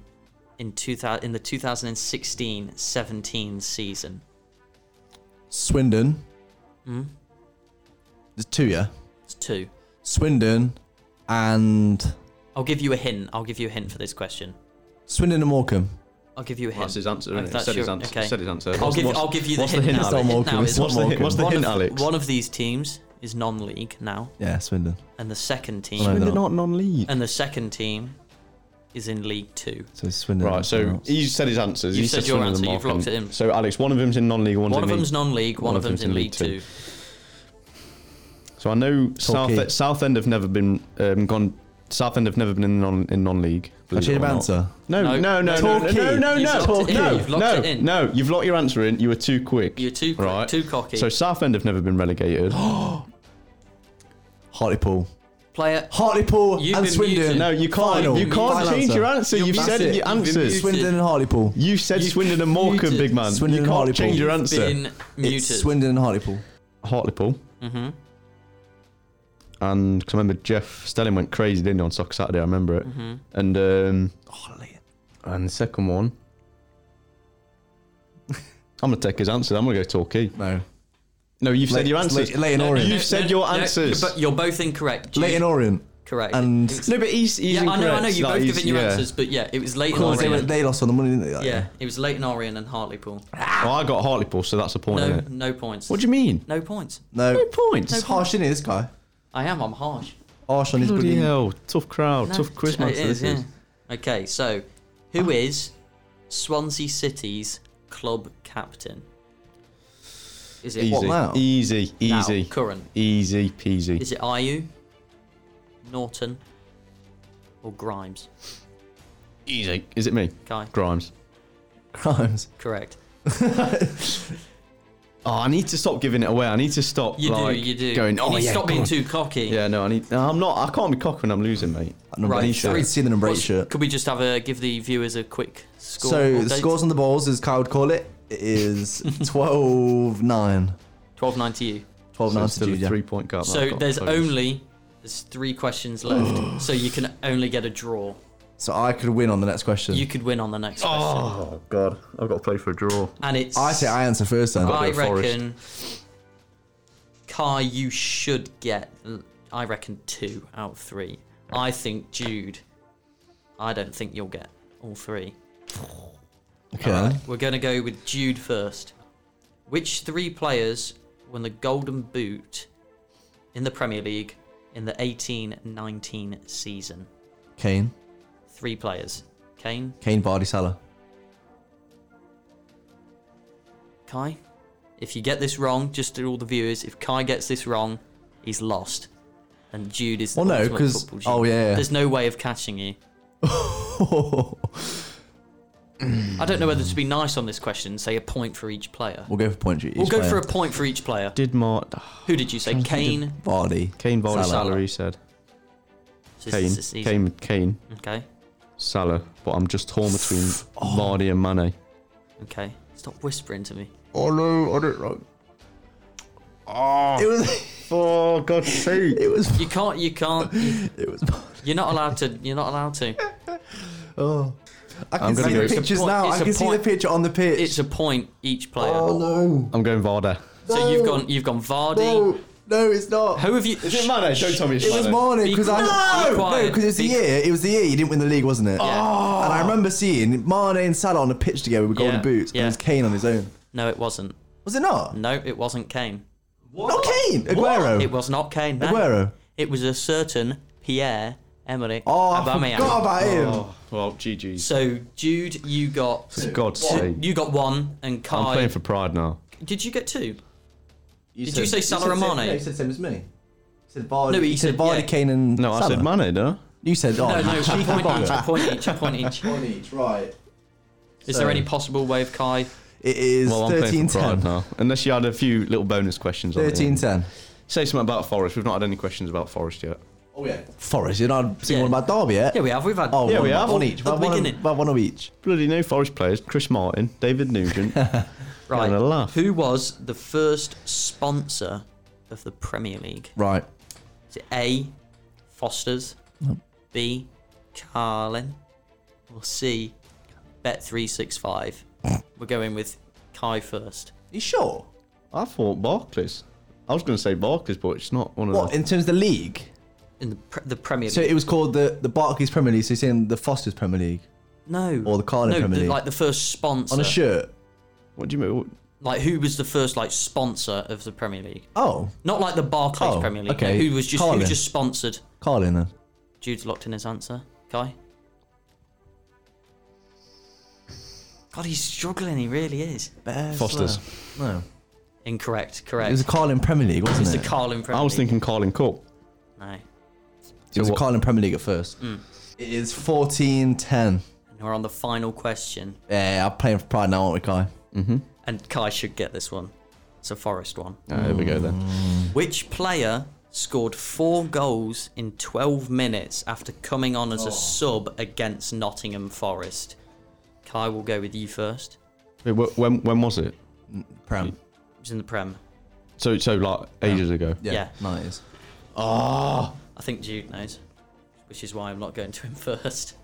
S4: in 2000, in the 2016-17 season? Hmm?
S2: Swindon. There's two, yeah.
S4: It's two.
S2: Swindon and
S4: I'll give you a hint. I'll give you a hint for this question.
S2: Swindon and Morecambe.
S4: I'll give you a hint.
S1: That's his answer, isn't
S4: If
S1: it?
S4: Oh, that's
S1: Said his
S4: your-
S1: answer.
S4: Okay.
S1: Said his answer.
S4: I'll
S1: What's-
S4: give,
S1: what's-
S4: I'll give you the
S1: what's the hint,
S4: hint now.
S2: It's not Morecambe,
S4: now
S2: it's
S4: is-
S2: not
S1: What's the hint? What's the
S4: one
S1: hint,
S4: of,
S1: Alex?
S4: One of these teams is non-league now,
S2: Yeah, Swindon.
S4: and the second team,
S2: Swindon
S1: They're not non-league.
S4: and the second team is in League Two.
S2: So Swindon.
S1: Right,
S2: and
S1: so
S2: someone else.
S1: he said his answers.
S4: You
S1: he
S4: said your
S1: Swindon and
S4: answer, you've
S1: Markham.
S4: locked it in.
S1: So Alex, one of them's in non-league, one's in
S4: One of
S1: league.
S4: them's non-league. One, of them's in League Two.
S1: So I know South South End have never been um, gone. South End have never been in non in non-league.
S2: I
S1: believe it
S2: change
S1: or
S2: my
S1: not.
S2: answer.
S1: No,
S4: No.
S1: no, no, no, no,
S2: Torquay.
S1: no, no,
S4: You've
S1: no,
S4: locked it in.
S1: no,
S4: You've locked
S1: no,
S4: it in.
S1: no. You've locked your answer in. You were too quick.
S4: You're too quick, too cocky.
S1: So Southend have never been
S4: <gasps>
S1: relegated.
S2: Hartlepool.
S4: Player.
S2: Hartlepool
S4: You've
S2: and
S4: been
S2: Swindon.
S4: muted.
S1: no, you can't.
S2: Final.
S1: You can't
S2: Final
S1: change your answer.
S2: You're
S1: You've said
S2: muted.
S1: your
S4: You've been
S1: answers.
S4: muted.
S2: Swindon and Hartlepool.
S1: You said
S4: You've
S1: Swindon and
S4: been
S1: Morecambe,
S4: muted.
S1: big man.
S2: Swindon
S1: you
S2: and
S1: can't
S2: Hartlepool.
S1: change your answer.
S4: Been muted.
S2: It's Swindon and Hartlepool.
S1: Hartlepool. Mm-hmm. And because I remember Jeff Stelling went crazy, didn't he, on Soccer Saturday? I remember it.
S4: Mm-hmm.
S1: And um,
S2: Oh,
S1: and the second one, <laughs> I'm gonna take his answer. I'm gonna go Torquay.
S2: No.
S1: No, you've
S2: Late-
S1: said your
S2: it's
S1: answers.
S2: late- late in Orient.
S1: You've said your answers.
S4: but you're both incorrect. You-
S2: Leighton Orient.
S4: correct.
S2: And
S1: no, but he's, he's
S4: yeah, I know, I know.
S1: incorrect.
S4: You
S1: Like,
S4: both
S1: he's-
S4: given your
S1: yeah.
S4: answers, but yeah, it was late in
S2: Because they, went-
S4: Orient.
S2: they lost on the money, didn't they? that
S4: Yeah,
S2: year?
S4: it was late in Orient and Hartlepool.
S1: Well, I got Hartlepool, so that's a point.
S4: No,
S1: innit?
S4: no points.
S1: What do you mean?
S4: No points.
S2: No.
S1: No points.
S2: It's harsh, isn't it, this guy?
S4: I am. I'm harsh.
S2: Harsh on his
S1: Bloody
S2: bloody.
S1: hell! Tough crowd,
S4: No,
S1: tough quiz
S4: it
S1: master.
S4: is,
S1: This
S4: yeah.
S1: is.
S4: Okay, so who is Swansea City's club captain? Is it
S1: Easy,
S2: now?
S1: easy,
S4: now,
S1: easy,
S4: current?
S1: easy peasy.
S4: Is it Ayu, Norton, or Grimes?
S1: Easy. Is it me?
S4: Guy,
S1: Grimes.
S2: Crimes.
S4: correct.
S1: Oh, I need to stop giving it away. I need to stop.
S4: You
S1: like,
S4: do, you do.
S1: Going. Oh
S4: you need to
S1: yeah.
S4: stop
S1: go
S4: being
S1: on."
S4: too cocky.
S1: Yeah, no, I need. No, I'm not. I can't be cocky when I'm losing, mate.
S2: That Number
S4: Right,
S2: eight shirt.
S4: three.
S2: I can see the number eight
S4: What's-
S2: shirt.
S4: Could we just have a give the viewers a quick score?
S2: So the
S4: update?
S2: scores on the balls, as Kyle would call it,
S1: <laughs>
S2: is 12 9.
S4: 12-9 to you.
S2: 12
S1: So
S2: 9
S1: it's still a
S2: yeah.
S1: three point gap.
S4: So
S1: Oh, I've got
S4: there's
S1: close.
S4: only there's three questions
S2: <sighs>
S4: left. so you can only get a draw.
S2: So I could win on the next question.
S4: You could win on the next question.
S1: Oh god, I've got to play for a draw.
S4: And it's
S2: I say I answer first then.
S4: I
S1: do a forest.
S4: reckon Kai, you should get I reckon two out of three. I think Jude, I don't think you'll get all three.
S2: okay.
S4: We're gonna go with Jude first. Which three players won the golden boot in the Premier League in the 18-19 season?
S2: Kane.
S4: Three players. Kane,
S2: Kane, Vardy, Salah. <laughs>
S4: Kai. If you get this wrong, just to all the viewers, if Kai gets this wrong, he's lost. And Jude is the
S2: Well, no,
S4: ultimate
S2: 'cause-
S4: football
S2: oh,
S4: genius.
S2: yeah, yeah.
S4: There's no way of catching you.
S2: we'll
S4: I don't know whether to be nice on this question, say a point for each player.
S2: go for point. each
S4: We'll go
S2: player.
S4: for a point for each player.
S1: Did Mark
S4: Who did you say? Kane.
S1: <sighs>
S2: Vardy.
S1: Kane Vardy
S4: Salah.
S1: Salah? He said
S4: So
S1: Kane,
S4: this is easy.
S1: Kane, Kane,
S4: Okay.
S1: Salah. But I'm just torn between Vardy and Mane.
S4: Okay. Stop whispering to me.
S2: Oh no, I don't know. Oh. It was.
S1: Oh God's sake!
S2: It was.
S4: You can't. You can't. you-
S2: It was.
S4: You're not allowed to. You're not allowed to.
S2: Oh. I can
S1: I'm gonna
S2: see
S1: go-
S2: the
S1: It's a
S2: pictures
S4: point-
S2: now.
S4: it's
S2: I
S4: a
S2: can see the
S4: point.
S2: picture on the pitch.
S4: It's a point each player.
S2: oh no.
S1: <laughs> I'm going Vardy.
S4: so you've gone. You've gone Vardy.
S2: No, no, it's not.
S4: Who have you?
S1: Mane? Don't tell me
S2: It was morning because I
S4: Be quiet. Be
S2: no, no,
S4: quiet.
S2: because it was the
S4: Be-
S2: year. It was the year you didn't win the league, wasn't it?
S4: Yeah.
S2: And I remember seeing Mane and Salah on a pitch together with golden
S4: Yeah,
S2: boots,
S4: yeah.
S2: and it was Kane on his own.
S4: No, it wasn't.
S2: Was it not?
S4: No, it wasn't Kane.
S2: Not Kane. Aguero.
S4: It was not Kane. no.
S2: Aguero.
S4: It was a certain Pierre Emerick
S2: Oh, I
S4: Aubameyang.
S2: forgot about him.
S1: Oh, well, GG's.
S4: So Jude, you got
S1: For God's sake!
S4: you got one, and
S1: I'm
S4: Kai.
S1: playing for pride now.
S4: Did you get two? Did you say Salah and
S2: No,
S4: Mane?
S2: you said same as me. You said Vardy,
S4: No, but you
S2: you said
S4: said-
S2: Vardy
S4: yeah.
S2: Kane, and
S1: No, I
S2: Salah.
S1: said Mane, no?
S2: You said oh,
S4: No, no,
S2: <laughs> you
S4: a
S2: cheeky
S4: point each, a
S2: bugger.
S4: point each, a point each.
S2: One each, right?
S4: Is
S2: So-
S4: there any possible way of Kai?
S2: It is
S1: Well, I'm playing
S2: thirteen
S1: for pride
S2: ten.
S1: now. Unless you had a few little bonus questions. on the end.
S2: Thirteen ten.
S1: Say something about Forest. We've not had any questions about Forest yet.
S2: Oh yeah. Forest, you're not seeing
S4: Yeah.
S2: one about Derby yet.
S4: Yeah, we have. We've had.
S2: Oh,
S1: Yeah,
S2: one-
S1: we have.
S2: one each.
S4: At the
S2: About one,
S4: beginning.
S2: of, about one of each.
S1: Bloody no Forest players. Chris Martin, David Nugent.
S4: right.
S1: having a laugh.
S4: Who was the first sponsor of of the Premier League?
S2: Right.
S4: Is it A. Foster's,
S2: No.
S4: B. Carlin, or C. Bet three six
S2: <coughs>
S4: five? We're going with Kai first.
S2: You sure?
S1: I thought Barclays. I was going to say Barclays, but it's not one of
S2: What
S1: them.
S2: in terms of the league?
S4: In the pre- the Premier League.
S2: So it was called the the Barclays Premier League. So you're saying the Foster's Premier League
S4: no.
S2: or the Carlin
S4: no,
S2: Premier
S4: the,
S2: League
S4: like the first sponsor.
S2: on a shirt?
S1: What do you mean? What-
S4: Like who was the first like sponsor of the Premier League?
S2: Oh,
S4: Not like the Barclays
S2: Oh,
S4: Premier League.
S2: okay.
S4: like, who was just
S2: Carlin.
S4: who just sponsored?
S2: Carlin then.
S4: Jude's locked in his answer. Kai. God, he's struggling. He really is.
S1: Foster's.
S2: No,
S4: Incorrect.
S2: it
S4: Correct.
S2: was the Carlin Premier League, wasn't
S4: It's
S2: it?
S4: the Carlin Premier
S1: I was
S4: League.
S1: thinking Carling Cup.
S4: No.
S2: it was
S1: So
S2: the
S1: what-
S2: Carlin Premier League at first.
S4: Mm.
S2: It is 14-10.
S4: And we're on the final question.
S2: Yeah, I'm playing for pride now, aren't we, Kai?
S4: And Kai should get this one. It's a Forest one.
S1: Ah, there we go then.
S4: Hmm. Which player scored four goals in 12 minutes after coming on as a sub against Nottingham Forest? Kai will go with you first.
S1: Wait, wh- When when was it?
S2: Prem.
S4: It was in the Prem.
S1: So so like ages ago.
S4: Yeah.
S2: nineties.
S4: I think Jude knows, which is why I'm not going to him <laughs> first.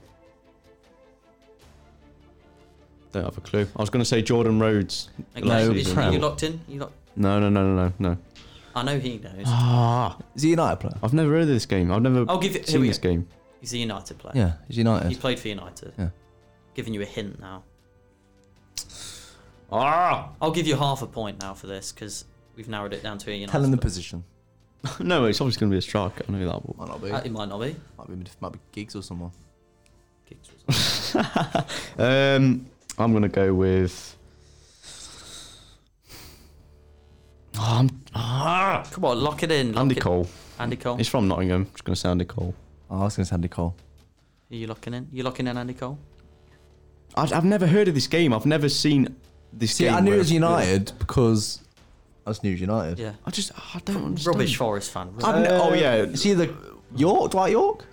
S1: Don't have a clue. I was going to say Jordan Rhodes.
S4: Okay,
S1: Last
S4: is-
S1: season.
S4: you locked in? You lock-
S1: No no no no no no.
S4: I know he
S2: <gasps>
S4: knows.
S1: Ah,
S2: Is he a United player?
S4: Oh.
S1: I've never heard of this game. I've never
S4: I'll give it- here
S1: seen
S4: we
S1: this
S4: go.
S1: game.
S4: He's a United player.
S2: Yeah, he's United.
S4: He's played for United.
S2: Yeah.
S4: Giving you a hint now.
S1: Ah, <laughs>
S4: I'll give you half a point now for this because we've narrowed it down to a United.
S2: Tell him the
S4: player.
S2: position.
S1: no, it's obviously going to be a striker. I know that. But...
S2: Might not be.
S4: Uh, It might not be.
S2: might be might be Giggs or someone.
S4: Giggs was-
S1: Um, I'm gonna go with. <sighs> Oh, I'm- ah,
S4: <laughs> Come on, lock it in. Lock
S1: Andy
S4: it-
S1: Cole.
S4: Andy Cole.
S1: He's from Nottingham. Just gonna say Andy Cole.
S2: Oh, I was going to say Andy Cole.
S4: Are you locking in? You locking in Andy Cole?
S1: I, I've never heard of this game. I've never seen this
S2: See,
S1: game.
S2: I knew it
S1: where-
S2: was United because I just knew it was United.
S4: Yeah.
S1: I just I don't understand.
S4: Rubbish Forest fan. Right.
S2: I've ne-
S1: Oh, yeah.
S2: It's either York, Dwight York,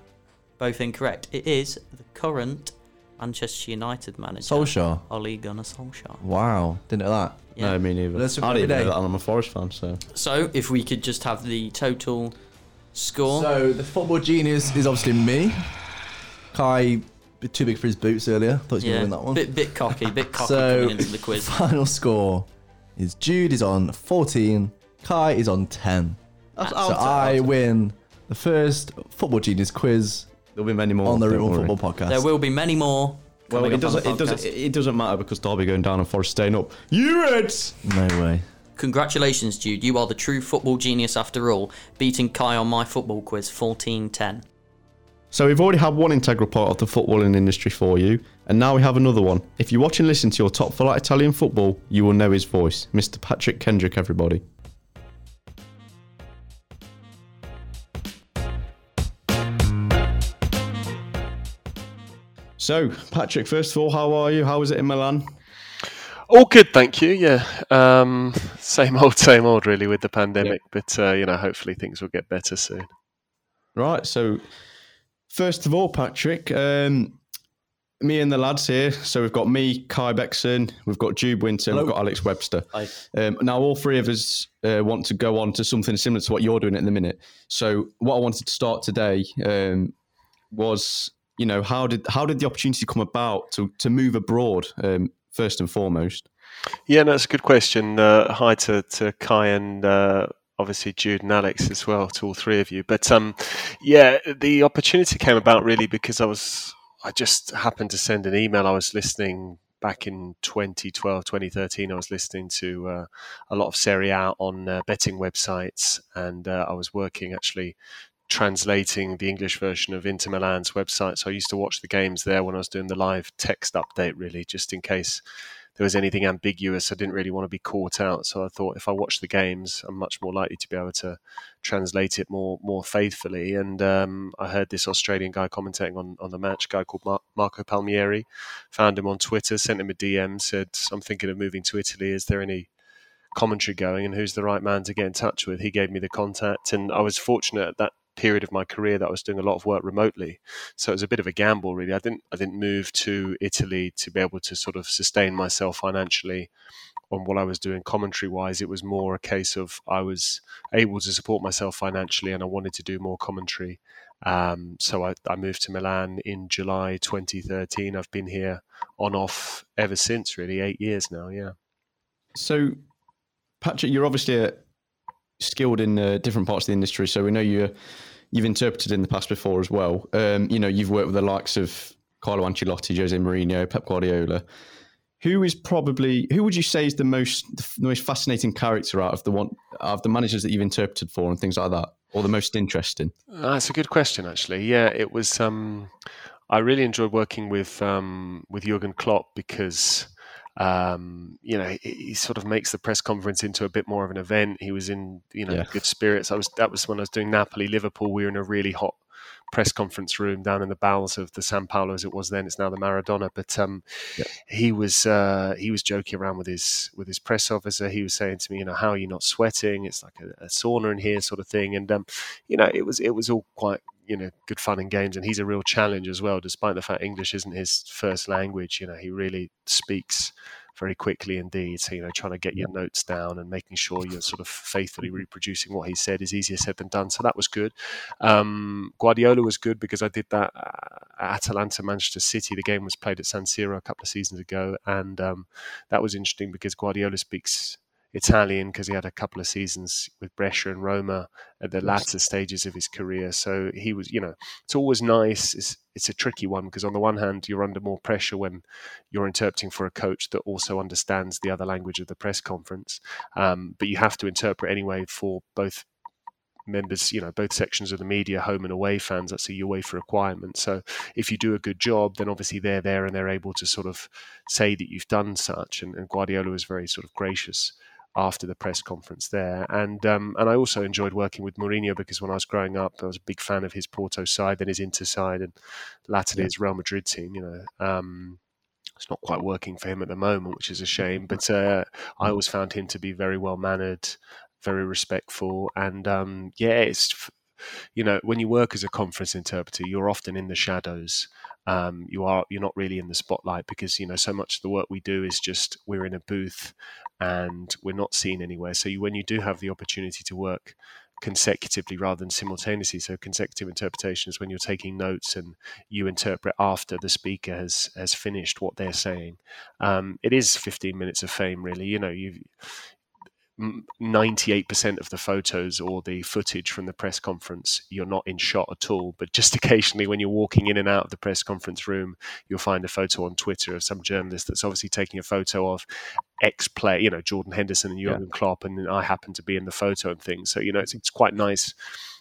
S4: Both incorrect. It is the current Manchester United manager,
S2: Solskjaer.
S4: Ole Gunnar Solskjaer.
S2: Wow, didn't know that.
S4: Yeah.
S1: No, me neither.
S2: That's
S1: I
S2: every
S1: didn't know
S2: day.
S1: that. and I'm a Forest fan, so
S4: So, if we could just have the total score.
S2: So the football genius is obviously me. Kai, bit too big for his boots earlier. Thought he was
S4: yeah,
S2: going to win that one.
S4: bit bit cocky,
S2: <laughs>
S4: bit cocky
S2: So-
S4: coming into the
S2: <laughs>
S4: quiz.
S2: Final score is Jude is on 14, Kai is on 10. so I win the first Football Genius quiz
S1: there'll be many more.
S2: on the
S1: Oh, don't
S2: Real
S1: worry.
S2: Football Podcast.
S4: There will be many more.
S1: Well,
S4: coming
S1: it
S4: up on
S1: doesn't.
S4: the
S1: It doesn't.
S4: podcast.
S1: It doesn't matter because Derby going down and Forest staying up. You Reds!
S2: No way.
S4: Congratulations, Jude. You are the true football genius after all, beating Kai on my football quiz 14 10.
S1: So we've already had one integral part of the footballing industry for you, and now we have another one. If you watch and listen to your top flight Italian football, you will know his voice, Mr. Patrick Kendrick. Everybody. So, Patrick, first of all, how are you? How is it in Milan?
S5: All good, thank you. Yeah, um, <laughs> same old, same old, really, with the pandemic. But uh, you know, hopefully things will get better soon.
S1: Right. So, first of all, Patrick, um, me and the lads here. So we've got me, Kai Bexon, we've got Jude Winter, and we've got Alex Webster. Um, now, all three of us uh, want to go on to something similar to what you're doing at the minute. So, what I wanted to start today um, was, you know, how did how did the opportunity come about to to move abroad um, first and foremost?
S5: Yeah, no, it's a good question. Uh, hi to, to Kai and uh, obviously Jude and Alex as well, to all three of you. But um, yeah, the opportunity came about really because I was, I just happened to send an email. I was listening back in 2012, 2013. I was listening to uh, a lot of Serie A on uh, betting websites, and uh, I was working actually translating the English version of Inter Milan's website. So I used to watch the games there when I was doing the live text update, really, just in case there was anything ambiguous. I didn't really want to be caught out. So I thought if I watch the games, I'm much more likely to be able to translate it more more faithfully. And um, I heard this Australian guy commentating on, on the match, a guy called Mar- Marco Palmieri. Found him on Twitter, sent him a DM, said, I'm thinking of moving to Italy. Is there any commentary going and who's the right man to get in touch with. He gave me the contact, and I was fortunate at that period of my career that I was doing a lot of work remotely. So it was a bit of a gamble, really. I didn't I didn't move to Italy to be able to sort of sustain myself financially on what I was doing commentary wise. It was more a case of I was able to support myself financially and I wanted to do more commentary. Um, so I, I moved to Milan in July 2013. I've been here on off ever since, really, eight years now. Yeah.
S1: So, Patrick, you're obviously uh, skilled in uh, different parts of the industry. So we know you you've interpreted in the past before as well. Um, you know, you've worked with the likes of Carlo Ancelotti, Jose Mourinho, Pep Guardiola. Who is probably who would you say is the most the most fascinating character out of the one of the managers that you've interpreted for and things like that, or the most interesting?
S5: Uh, That's a good question, actually. Yeah, it was. Um, I really enjoyed working with um, with Jurgen Klopp because um, you know, he, he sort of makes the press conference into a bit more of an event. He was in, you know,
S1: Yeah.
S5: good spirits. I was that was when I was doing Napoli, Liverpool. We were in a really hot press conference room down in the bowels of the San Paolo as it was then. It's now the Maradona, but um, he was uh, he was joking around with his with his press officer. He was saying to me, you know, how are you not sweating? It's like a, a sauna in here, sort of thing. And um, you know, it was it was all quite you know good fun and games. And he's a real challenge as well, despite the fact English isn't his first language. You know, he really speaks very quickly indeed. So, you know, trying to get your notes down and making sure you're sort of faithfully reproducing what he said is easier said than done. So that was good. Um, Guardiola was good because I did that uh, at Atalanta, Manchester City. The game was played at San Siro a couple of seasons ago. And um, that was interesting because Guardiola speaks. Italian because he had a couple of seasons with Brescia and Roma at the latter stages of his career. So he was, you know, it's always nice. It's, it's a tricky one because on the one hand, you're under more pressure when you're interpreting for a coach that also understands the other language of the press conference. Um, but you have to interpret anyway for both members, you know, both sections of the media, home and away fans. That's a UEFA requirement. So if you do a good job, then obviously they're there and they're able to sort of say that you've done such. And, and Guardiola was very sort of gracious after the press conference there. And um, and I also enjoyed working with Mourinho because when I was growing up, I was a big fan of his Porto side, then his Inter side, and latterly his Real Madrid team. You know. Um, it's not quite working for him at the moment, which is a shame. But uh, I always found him to be very well mannered, very respectful, and um, yeah, it's f- you know when you work as a conference interpreter, you're often in the shadows. Um, you are you're not really in the spotlight because you know so much of the work we do is just we're in a booth and we're not seen anywhere. So you, when you do have the opportunity to work consecutively rather than simultaneously, so consecutive interpretation is when you're taking notes and you interpret after the speaker has has finished what they're saying. Um, it is 15 minutes of fame, really. You know, you 98% of the photos or the footage from the press conference, you're not in shot at all. But just <laughs> occasionally, when you're walking in and out of the press conference room, you'll find a photo on Twitter of some journalist that's obviously taking a photo of X player, you know, Jordan Henderson and Jurgen Klopp, and then I happen to be in the photo and things. So you know, it's, it's quite nice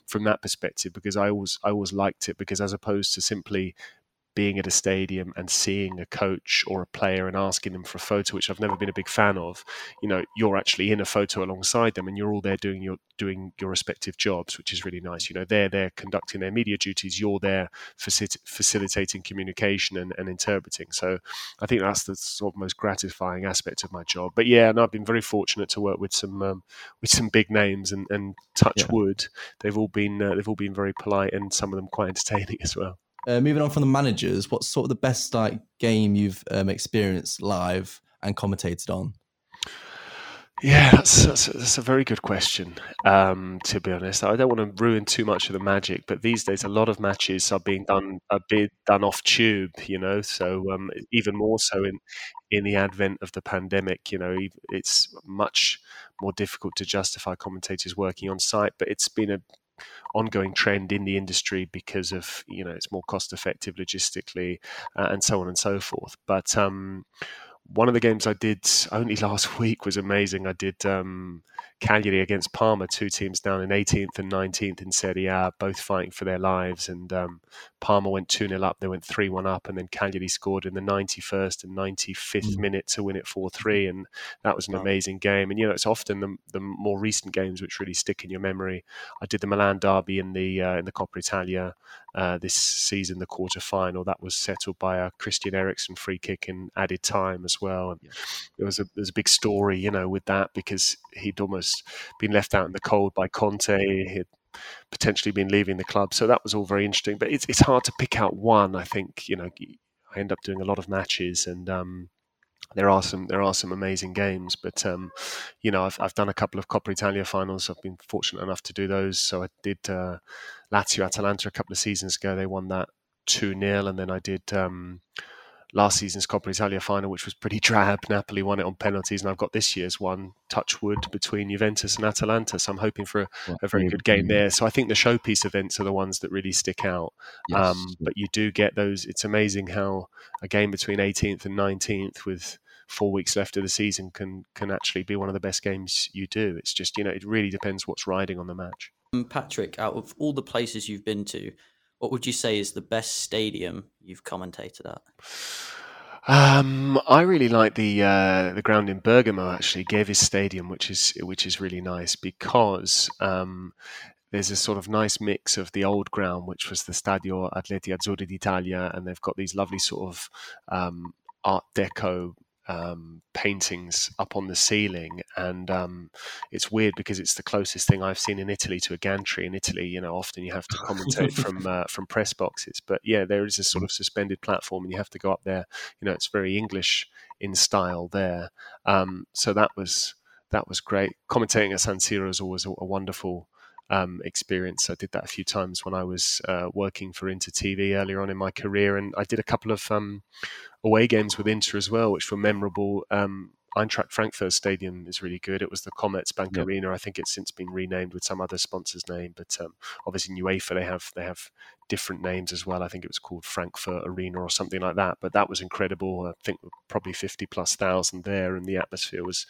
S5: from that perspective because I always I always liked it because as opposed to simply being at a stadium and seeing a coach or a player and asking them for a photo, which I've never been a big fan of, you know, you're actually in a photo alongside them and you're all there doing your doing your respective jobs, which is really nice. You know, they're there conducting their media duties, you're there facil- facilitating communication and, and interpreting. So I think that's the sort of most gratifying aspect of my job. But yeah, and I've been very fortunate to work with some um, with some big names and, and touch wood, they've all been uh, they've all been very polite and some of them quite <laughs> entertaining as well.
S2: Uh, moving on from the managers, what's sort of the best like game you've um, experienced live and commentated on?
S5: Yeah, that's, that's, that's a very good question, um, to be honest. I don't want to ruin too much of the magic, but these days a lot of matches are being done are being done off tube, you know. So um, even more so in in the advent of the pandemic, you know, e- it's much more difficult to justify commentators working on site. But it's been a ongoing trend in the industry because of you know it's more cost effective logistically uh, and so on and so forth. But um, one of the games I did only last <laughs> week was amazing. I did um, Cagliari against Parma, two teams down in 18th and 19th in Serie A, both fighting for their lives. And um, Parma went 2 0 up, they went 3 1 up, and then Cagliari scored in the 91st and 95th minute to win it 4 3. And that was an amazing game. And, you know, it's often the, the more recent games which really stick in your memory. I did the Milan derby in the, uh, in the Coppa Italia uh, this season, the quarter final. That was settled by a Christian Eriksen free kick in added time as well. And there was a there's a big story, you know, with that because he'd almost been left out in the cold by Conte. He'd potentially been leaving the club, so that was all very interesting. But it's it's hard to pick out one. I think you know I end up doing a lot of matches and. Um, there are some there are some amazing games, but um, you know I've, I've done a couple of Coppa Italia finals. I've been fortunate enough to do those. So I did uh, Lazio Atalanta a couple of seasons ago. They won that two 0 and then I did um, last season's Coppa Italia final, which was pretty <laughs> drab. Napoli won it on penalties, and I've got this year's one, Touchwood, between Juventus and Atalanta. So I'm hoping for a, a very good game there. So I think the showpiece events are the ones that really stick out. Um, but you do get those. It's amazing how a game between 18th and 19th with four weeks left of the season can can actually be one of the best games you do. It's just you know it really depends what's riding on the match.
S4: And Um, Patrick, out of all the places you've been to, what would you say is the best stadium you've commentated at?
S5: Um, I really like the uh, the ground in Bergamo actually, Gevis Stadium, which is which is really nice because um, there's a sort of nice mix of the old ground, which was the Stadio Atleti Azzurri d'Italia, and they've got these lovely sort of um, Art Deco um, paintings up on the ceiling, and um, it's weird because it's the closest thing I've seen in Italy to a gantry. In Italy, you know, often you have to commentate from uh, from press boxes, but yeah, there is a sort of suspended platform, and you have to go up there. You know, it's very English in style there. Um, so that was that was great. Commentating at San Siro is always a, a wonderful um, experience. I did that a few times when I was uh, working for Inter TV earlier on in my career, and I did a couple of um, away games with Inter as well, which were memorable. Um, Eintracht Frankfurt Stadium is really good. It was the Commerzbank
S1: Yeah.
S5: Arena. I think it's since been renamed with some other sponsor's name, but um, obviously in UEFA they have they have different names as well. I think it was called Frankfurt Arena or something like that. But that was incredible. I think probably fifty plus thousand there, and the atmosphere was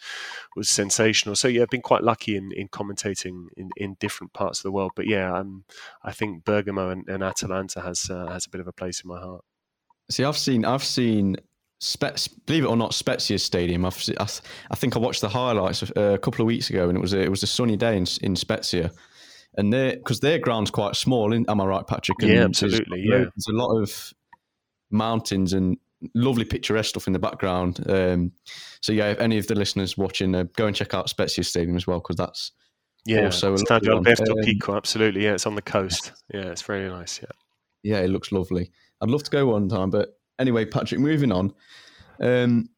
S5: was sensational. So yeah, I've been quite lucky in, in commentating in, in different parts of the world. But yeah, um, I think Bergamo and, and Atalanta has uh, has a bit of a place in my heart.
S1: See, I've seen, I've seen, Spez, believe it or not, Spezia Stadium. I've, se- I, th- I think I watched the highlights of- uh, a couple of weeks ago, and it was a, it was a sunny day in, in Spezia, and they because their ground's quite small. In, am I right, Patrick? And
S5: Yeah,
S1: there's-
S5: absolutely, yeah.
S1: There's a lot of mountains and lovely picturesque stuff in the background. Um, so yeah, if any of the listeners watching, uh, go and check out Spezia Stadium as well because that's
S5: Yeah,
S1: Also a lovely
S5: Stadio
S1: one.
S5: Alberto
S1: Um,
S5: Pico, absolutely. Yeah,
S1: <laughs>
S5: it's on the coast. Yeah, it's very nice. Yeah.
S1: yeah, it looks lovely. I'd love to go one time, but anyway, Patrick, moving on. Um,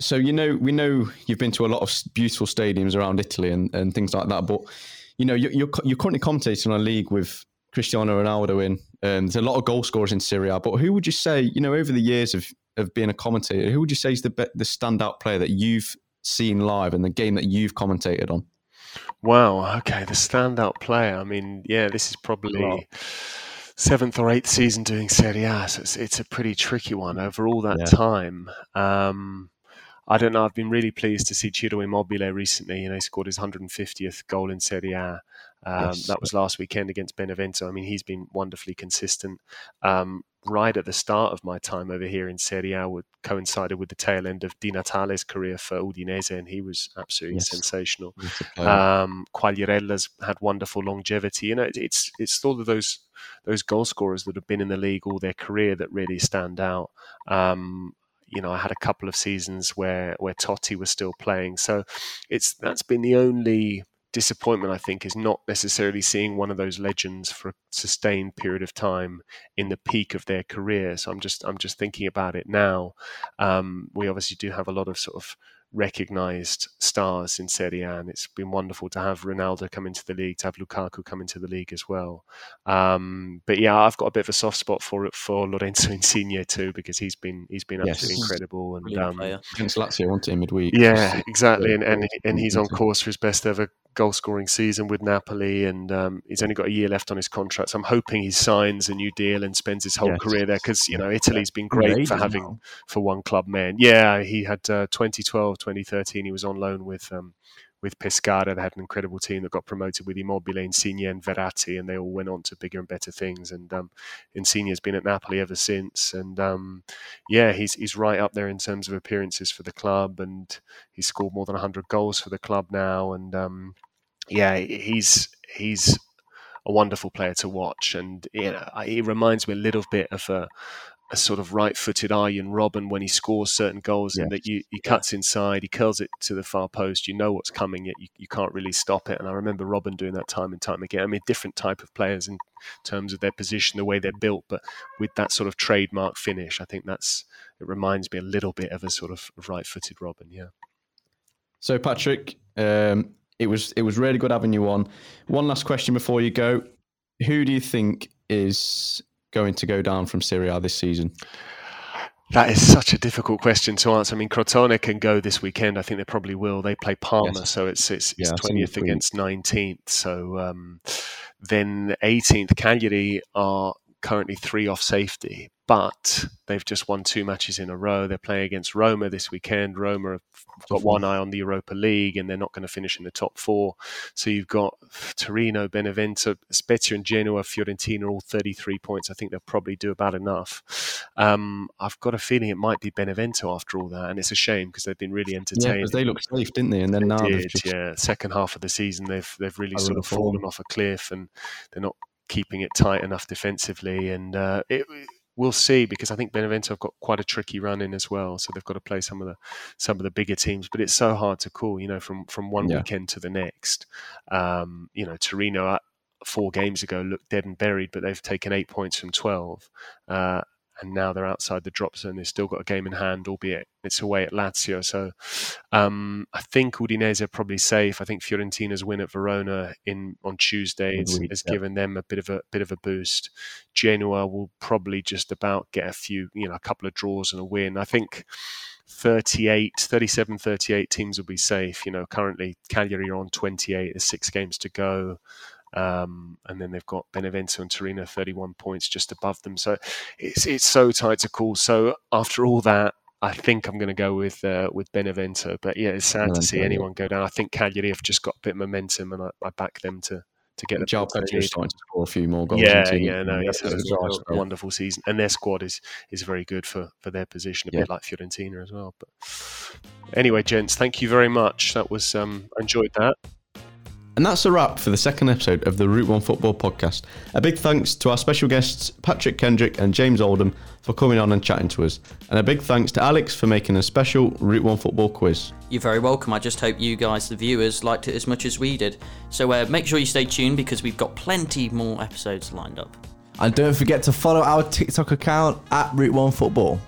S1: so you know, we know you've been to a lot of s- beautiful stadiums around Italy and, and things like that, but you know, you're you're, cu- you're currently commentating on a league with Cristiano Ronaldo in. Um, there's a lot of goal scorers in Serie A, but who would you say, you know, over the years of of being a commentator, who would you say is the be- the standout player that you've seen live and the game that you've commentated on?
S5: Wow. Okay, the standout player. I mean, yeah, this is probably
S1: Wow.
S5: seventh or eighth season doing Serie A, so it's, it's a pretty tricky one over all that
S1: Yeah.
S5: time. Um, I don't know. I've been really pleased to see Ciro Immobile recently. You know, he scored his 150th goal in Serie A. Um,
S1: Yes.
S5: That was last weekend against Benevento. I mean, he's been wonderfully consistent. Um, right at the start of my time over here in Serie A, would coincided with the tail end of Di Natale's career for Udinese, and he was absolutely
S1: Yes.
S5: sensational.
S1: Uh,
S5: Um, Quagliarella's had wonderful longevity. You know, it- it's it's sort of those those goal scorers that have been in the league all their career that really stand out. Um, you know, I had a couple of seasons where where Totti was still playing, so it's that's been the only disappointment I think is not necessarily seeing one of those legends for a sustained period of time in the peak of their career. So I'm just I'm just thinking about it now. Um, we obviously do have a lot of sort of recognised stars in Serie A, and it's been wonderful to have Ronaldo come into the league, to have Lukaku come into the league as well. Um, but yeah, I've got a bit of a soft spot for it for Lorenzo <laughs> Insigne too because he's been he's been
S1: Yes.
S5: absolutely incredible and
S4: Brilliant
S5: um,
S4: player.
S1: against Lazio, wasn't it, in midweek?
S5: yeah, exactly, and and,
S1: goals
S5: and he's on
S1: into-
S5: course for his best ever goal scoring season with Napoli, and um, he's only got a year left on his contract. So I'm hoping he signs a new deal and spends his whole
S1: Yes.
S5: career there because you know Italy's been great
S1: Amazing.
S5: for having for one club man. Yeah, he had uh, 2012, 2013. He was on loan with. Um, with Pescara, they had an incredible team that got promoted with Immobile, Insigne, and Verratti, and they all went on to bigger and better things. And um, Insigne has been at Napoli ever since. And um, yeah, he's he's right up there in terms of appearances for the club, and he's scored more than 100 goals for the club now and um, yeah he's he's a wonderful player to watch and you know I- he reminds me a little bit of a, a sort of right-footed Arjen Robin when he scores certain goals and that you he cuts inside he curls it to the far post you know what's coming yet you, you can't really stop it and I remember Robin doing that time and time again I mean different type of players in terms of their position the way they're built but with that sort of trademark finish I think that's it reminds me a little bit of a sort of right-footed Robin. Yeah.
S1: So Patrick, um, it was it was really good having you on. One last question before you go: Who do you think is going to go down from Serie A this season?
S5: That is such a difficult question to answer. I mean, Crotone can go this weekend. I think they probably will. They play Parma,
S1: Yes.
S5: so it's it's
S1: Yeah,
S5: it's
S1: I think
S5: twentieth
S1: we-
S5: against nineteenth. So um, then eighteenth, Cagliari are currently three off safety, but they've just won two matches in a row. They're playing against Roma this weekend. Roma have got one eye on the Europa League, and they're not going to finish in the top four. So you've got Torino, Benevento, Spezia, and Genoa, Fiorentina, all 33 points. I think they'll probably do about enough. Um, I've got a feeling it might be Benevento after all that, and it's a shame because they've been really
S1: Yeah,
S5: entertaining.
S1: because they looked safe, didn't they? And then
S5: They
S1: now they've
S5: did,
S1: just
S5: yeah. Second half of the season, they've they've really
S1: I
S5: sort
S1: really
S5: of fallen
S1: thought.
S5: off a cliff, and they're not keeping it tight enough defensively. And uh, it, we'll see because I think Benevento have got quite a tricky run in as well, so they've got to play some of the some of the bigger teams. But it's so hard to call, you know, from from one
S1: Yeah.
S5: weekend to the next. Um, you know, Torino. uh, Four games ago, looked dead and buried, but they've taken eight points from twelve, uh, and now they're outside the drop zone. They've still got a game in hand, albeit it's away at Lazio. So um, I think Udinese are probably safe. I think Fiorentina's win at Verona in on Tuesday has,
S1: Midweek,
S5: has
S1: yeah.
S5: given them a bit of a bit of a boost. Genoa will probably just about get a few, you know, a couple of draws and a win. I think 38, 37, 38 teams will be safe. You know, currently Cagliari are on 28. There's six games to go. Um, and then they've got Benevento and Torino, 31 points just above them. So it's it's so tight to call. So after all that, I think I'm going to go with uh, with Benevento. But yeah, it's sad to
S1: Benevento,
S5: see
S1: yeah.
S5: anyone go down. I think Cagliari have just got a bit of momentum, and I, I back them to to get the
S1: João
S5: points they
S1: Pedro's
S5: need.
S1: starting to score a few more goals.
S5: Yeah,
S1: into it.
S5: yeah, no, he's had
S1: That's
S5: a
S1: bizarre.
S5: wonderful season, and their squad is is very good for for their position, a
S1: Yeah.
S5: bit like Fiorentina as well. But anyway, gents, thank you very much. That was um, I enjoyed that.
S1: And that's a wrap for the second episode of the Route One Football podcast. A big thanks to our special guests, Patrick Kendrick and James Oldham, for coming on and chatting to us. And a big thanks to Alex for making a special Route One Football quiz.
S4: You're very welcome. I just hope you guys, the viewers, liked it as much as we did. So uh, make sure you stay tuned because we've got plenty more episodes lined up.
S2: And don't forget to follow our TikTok account at Route One Football.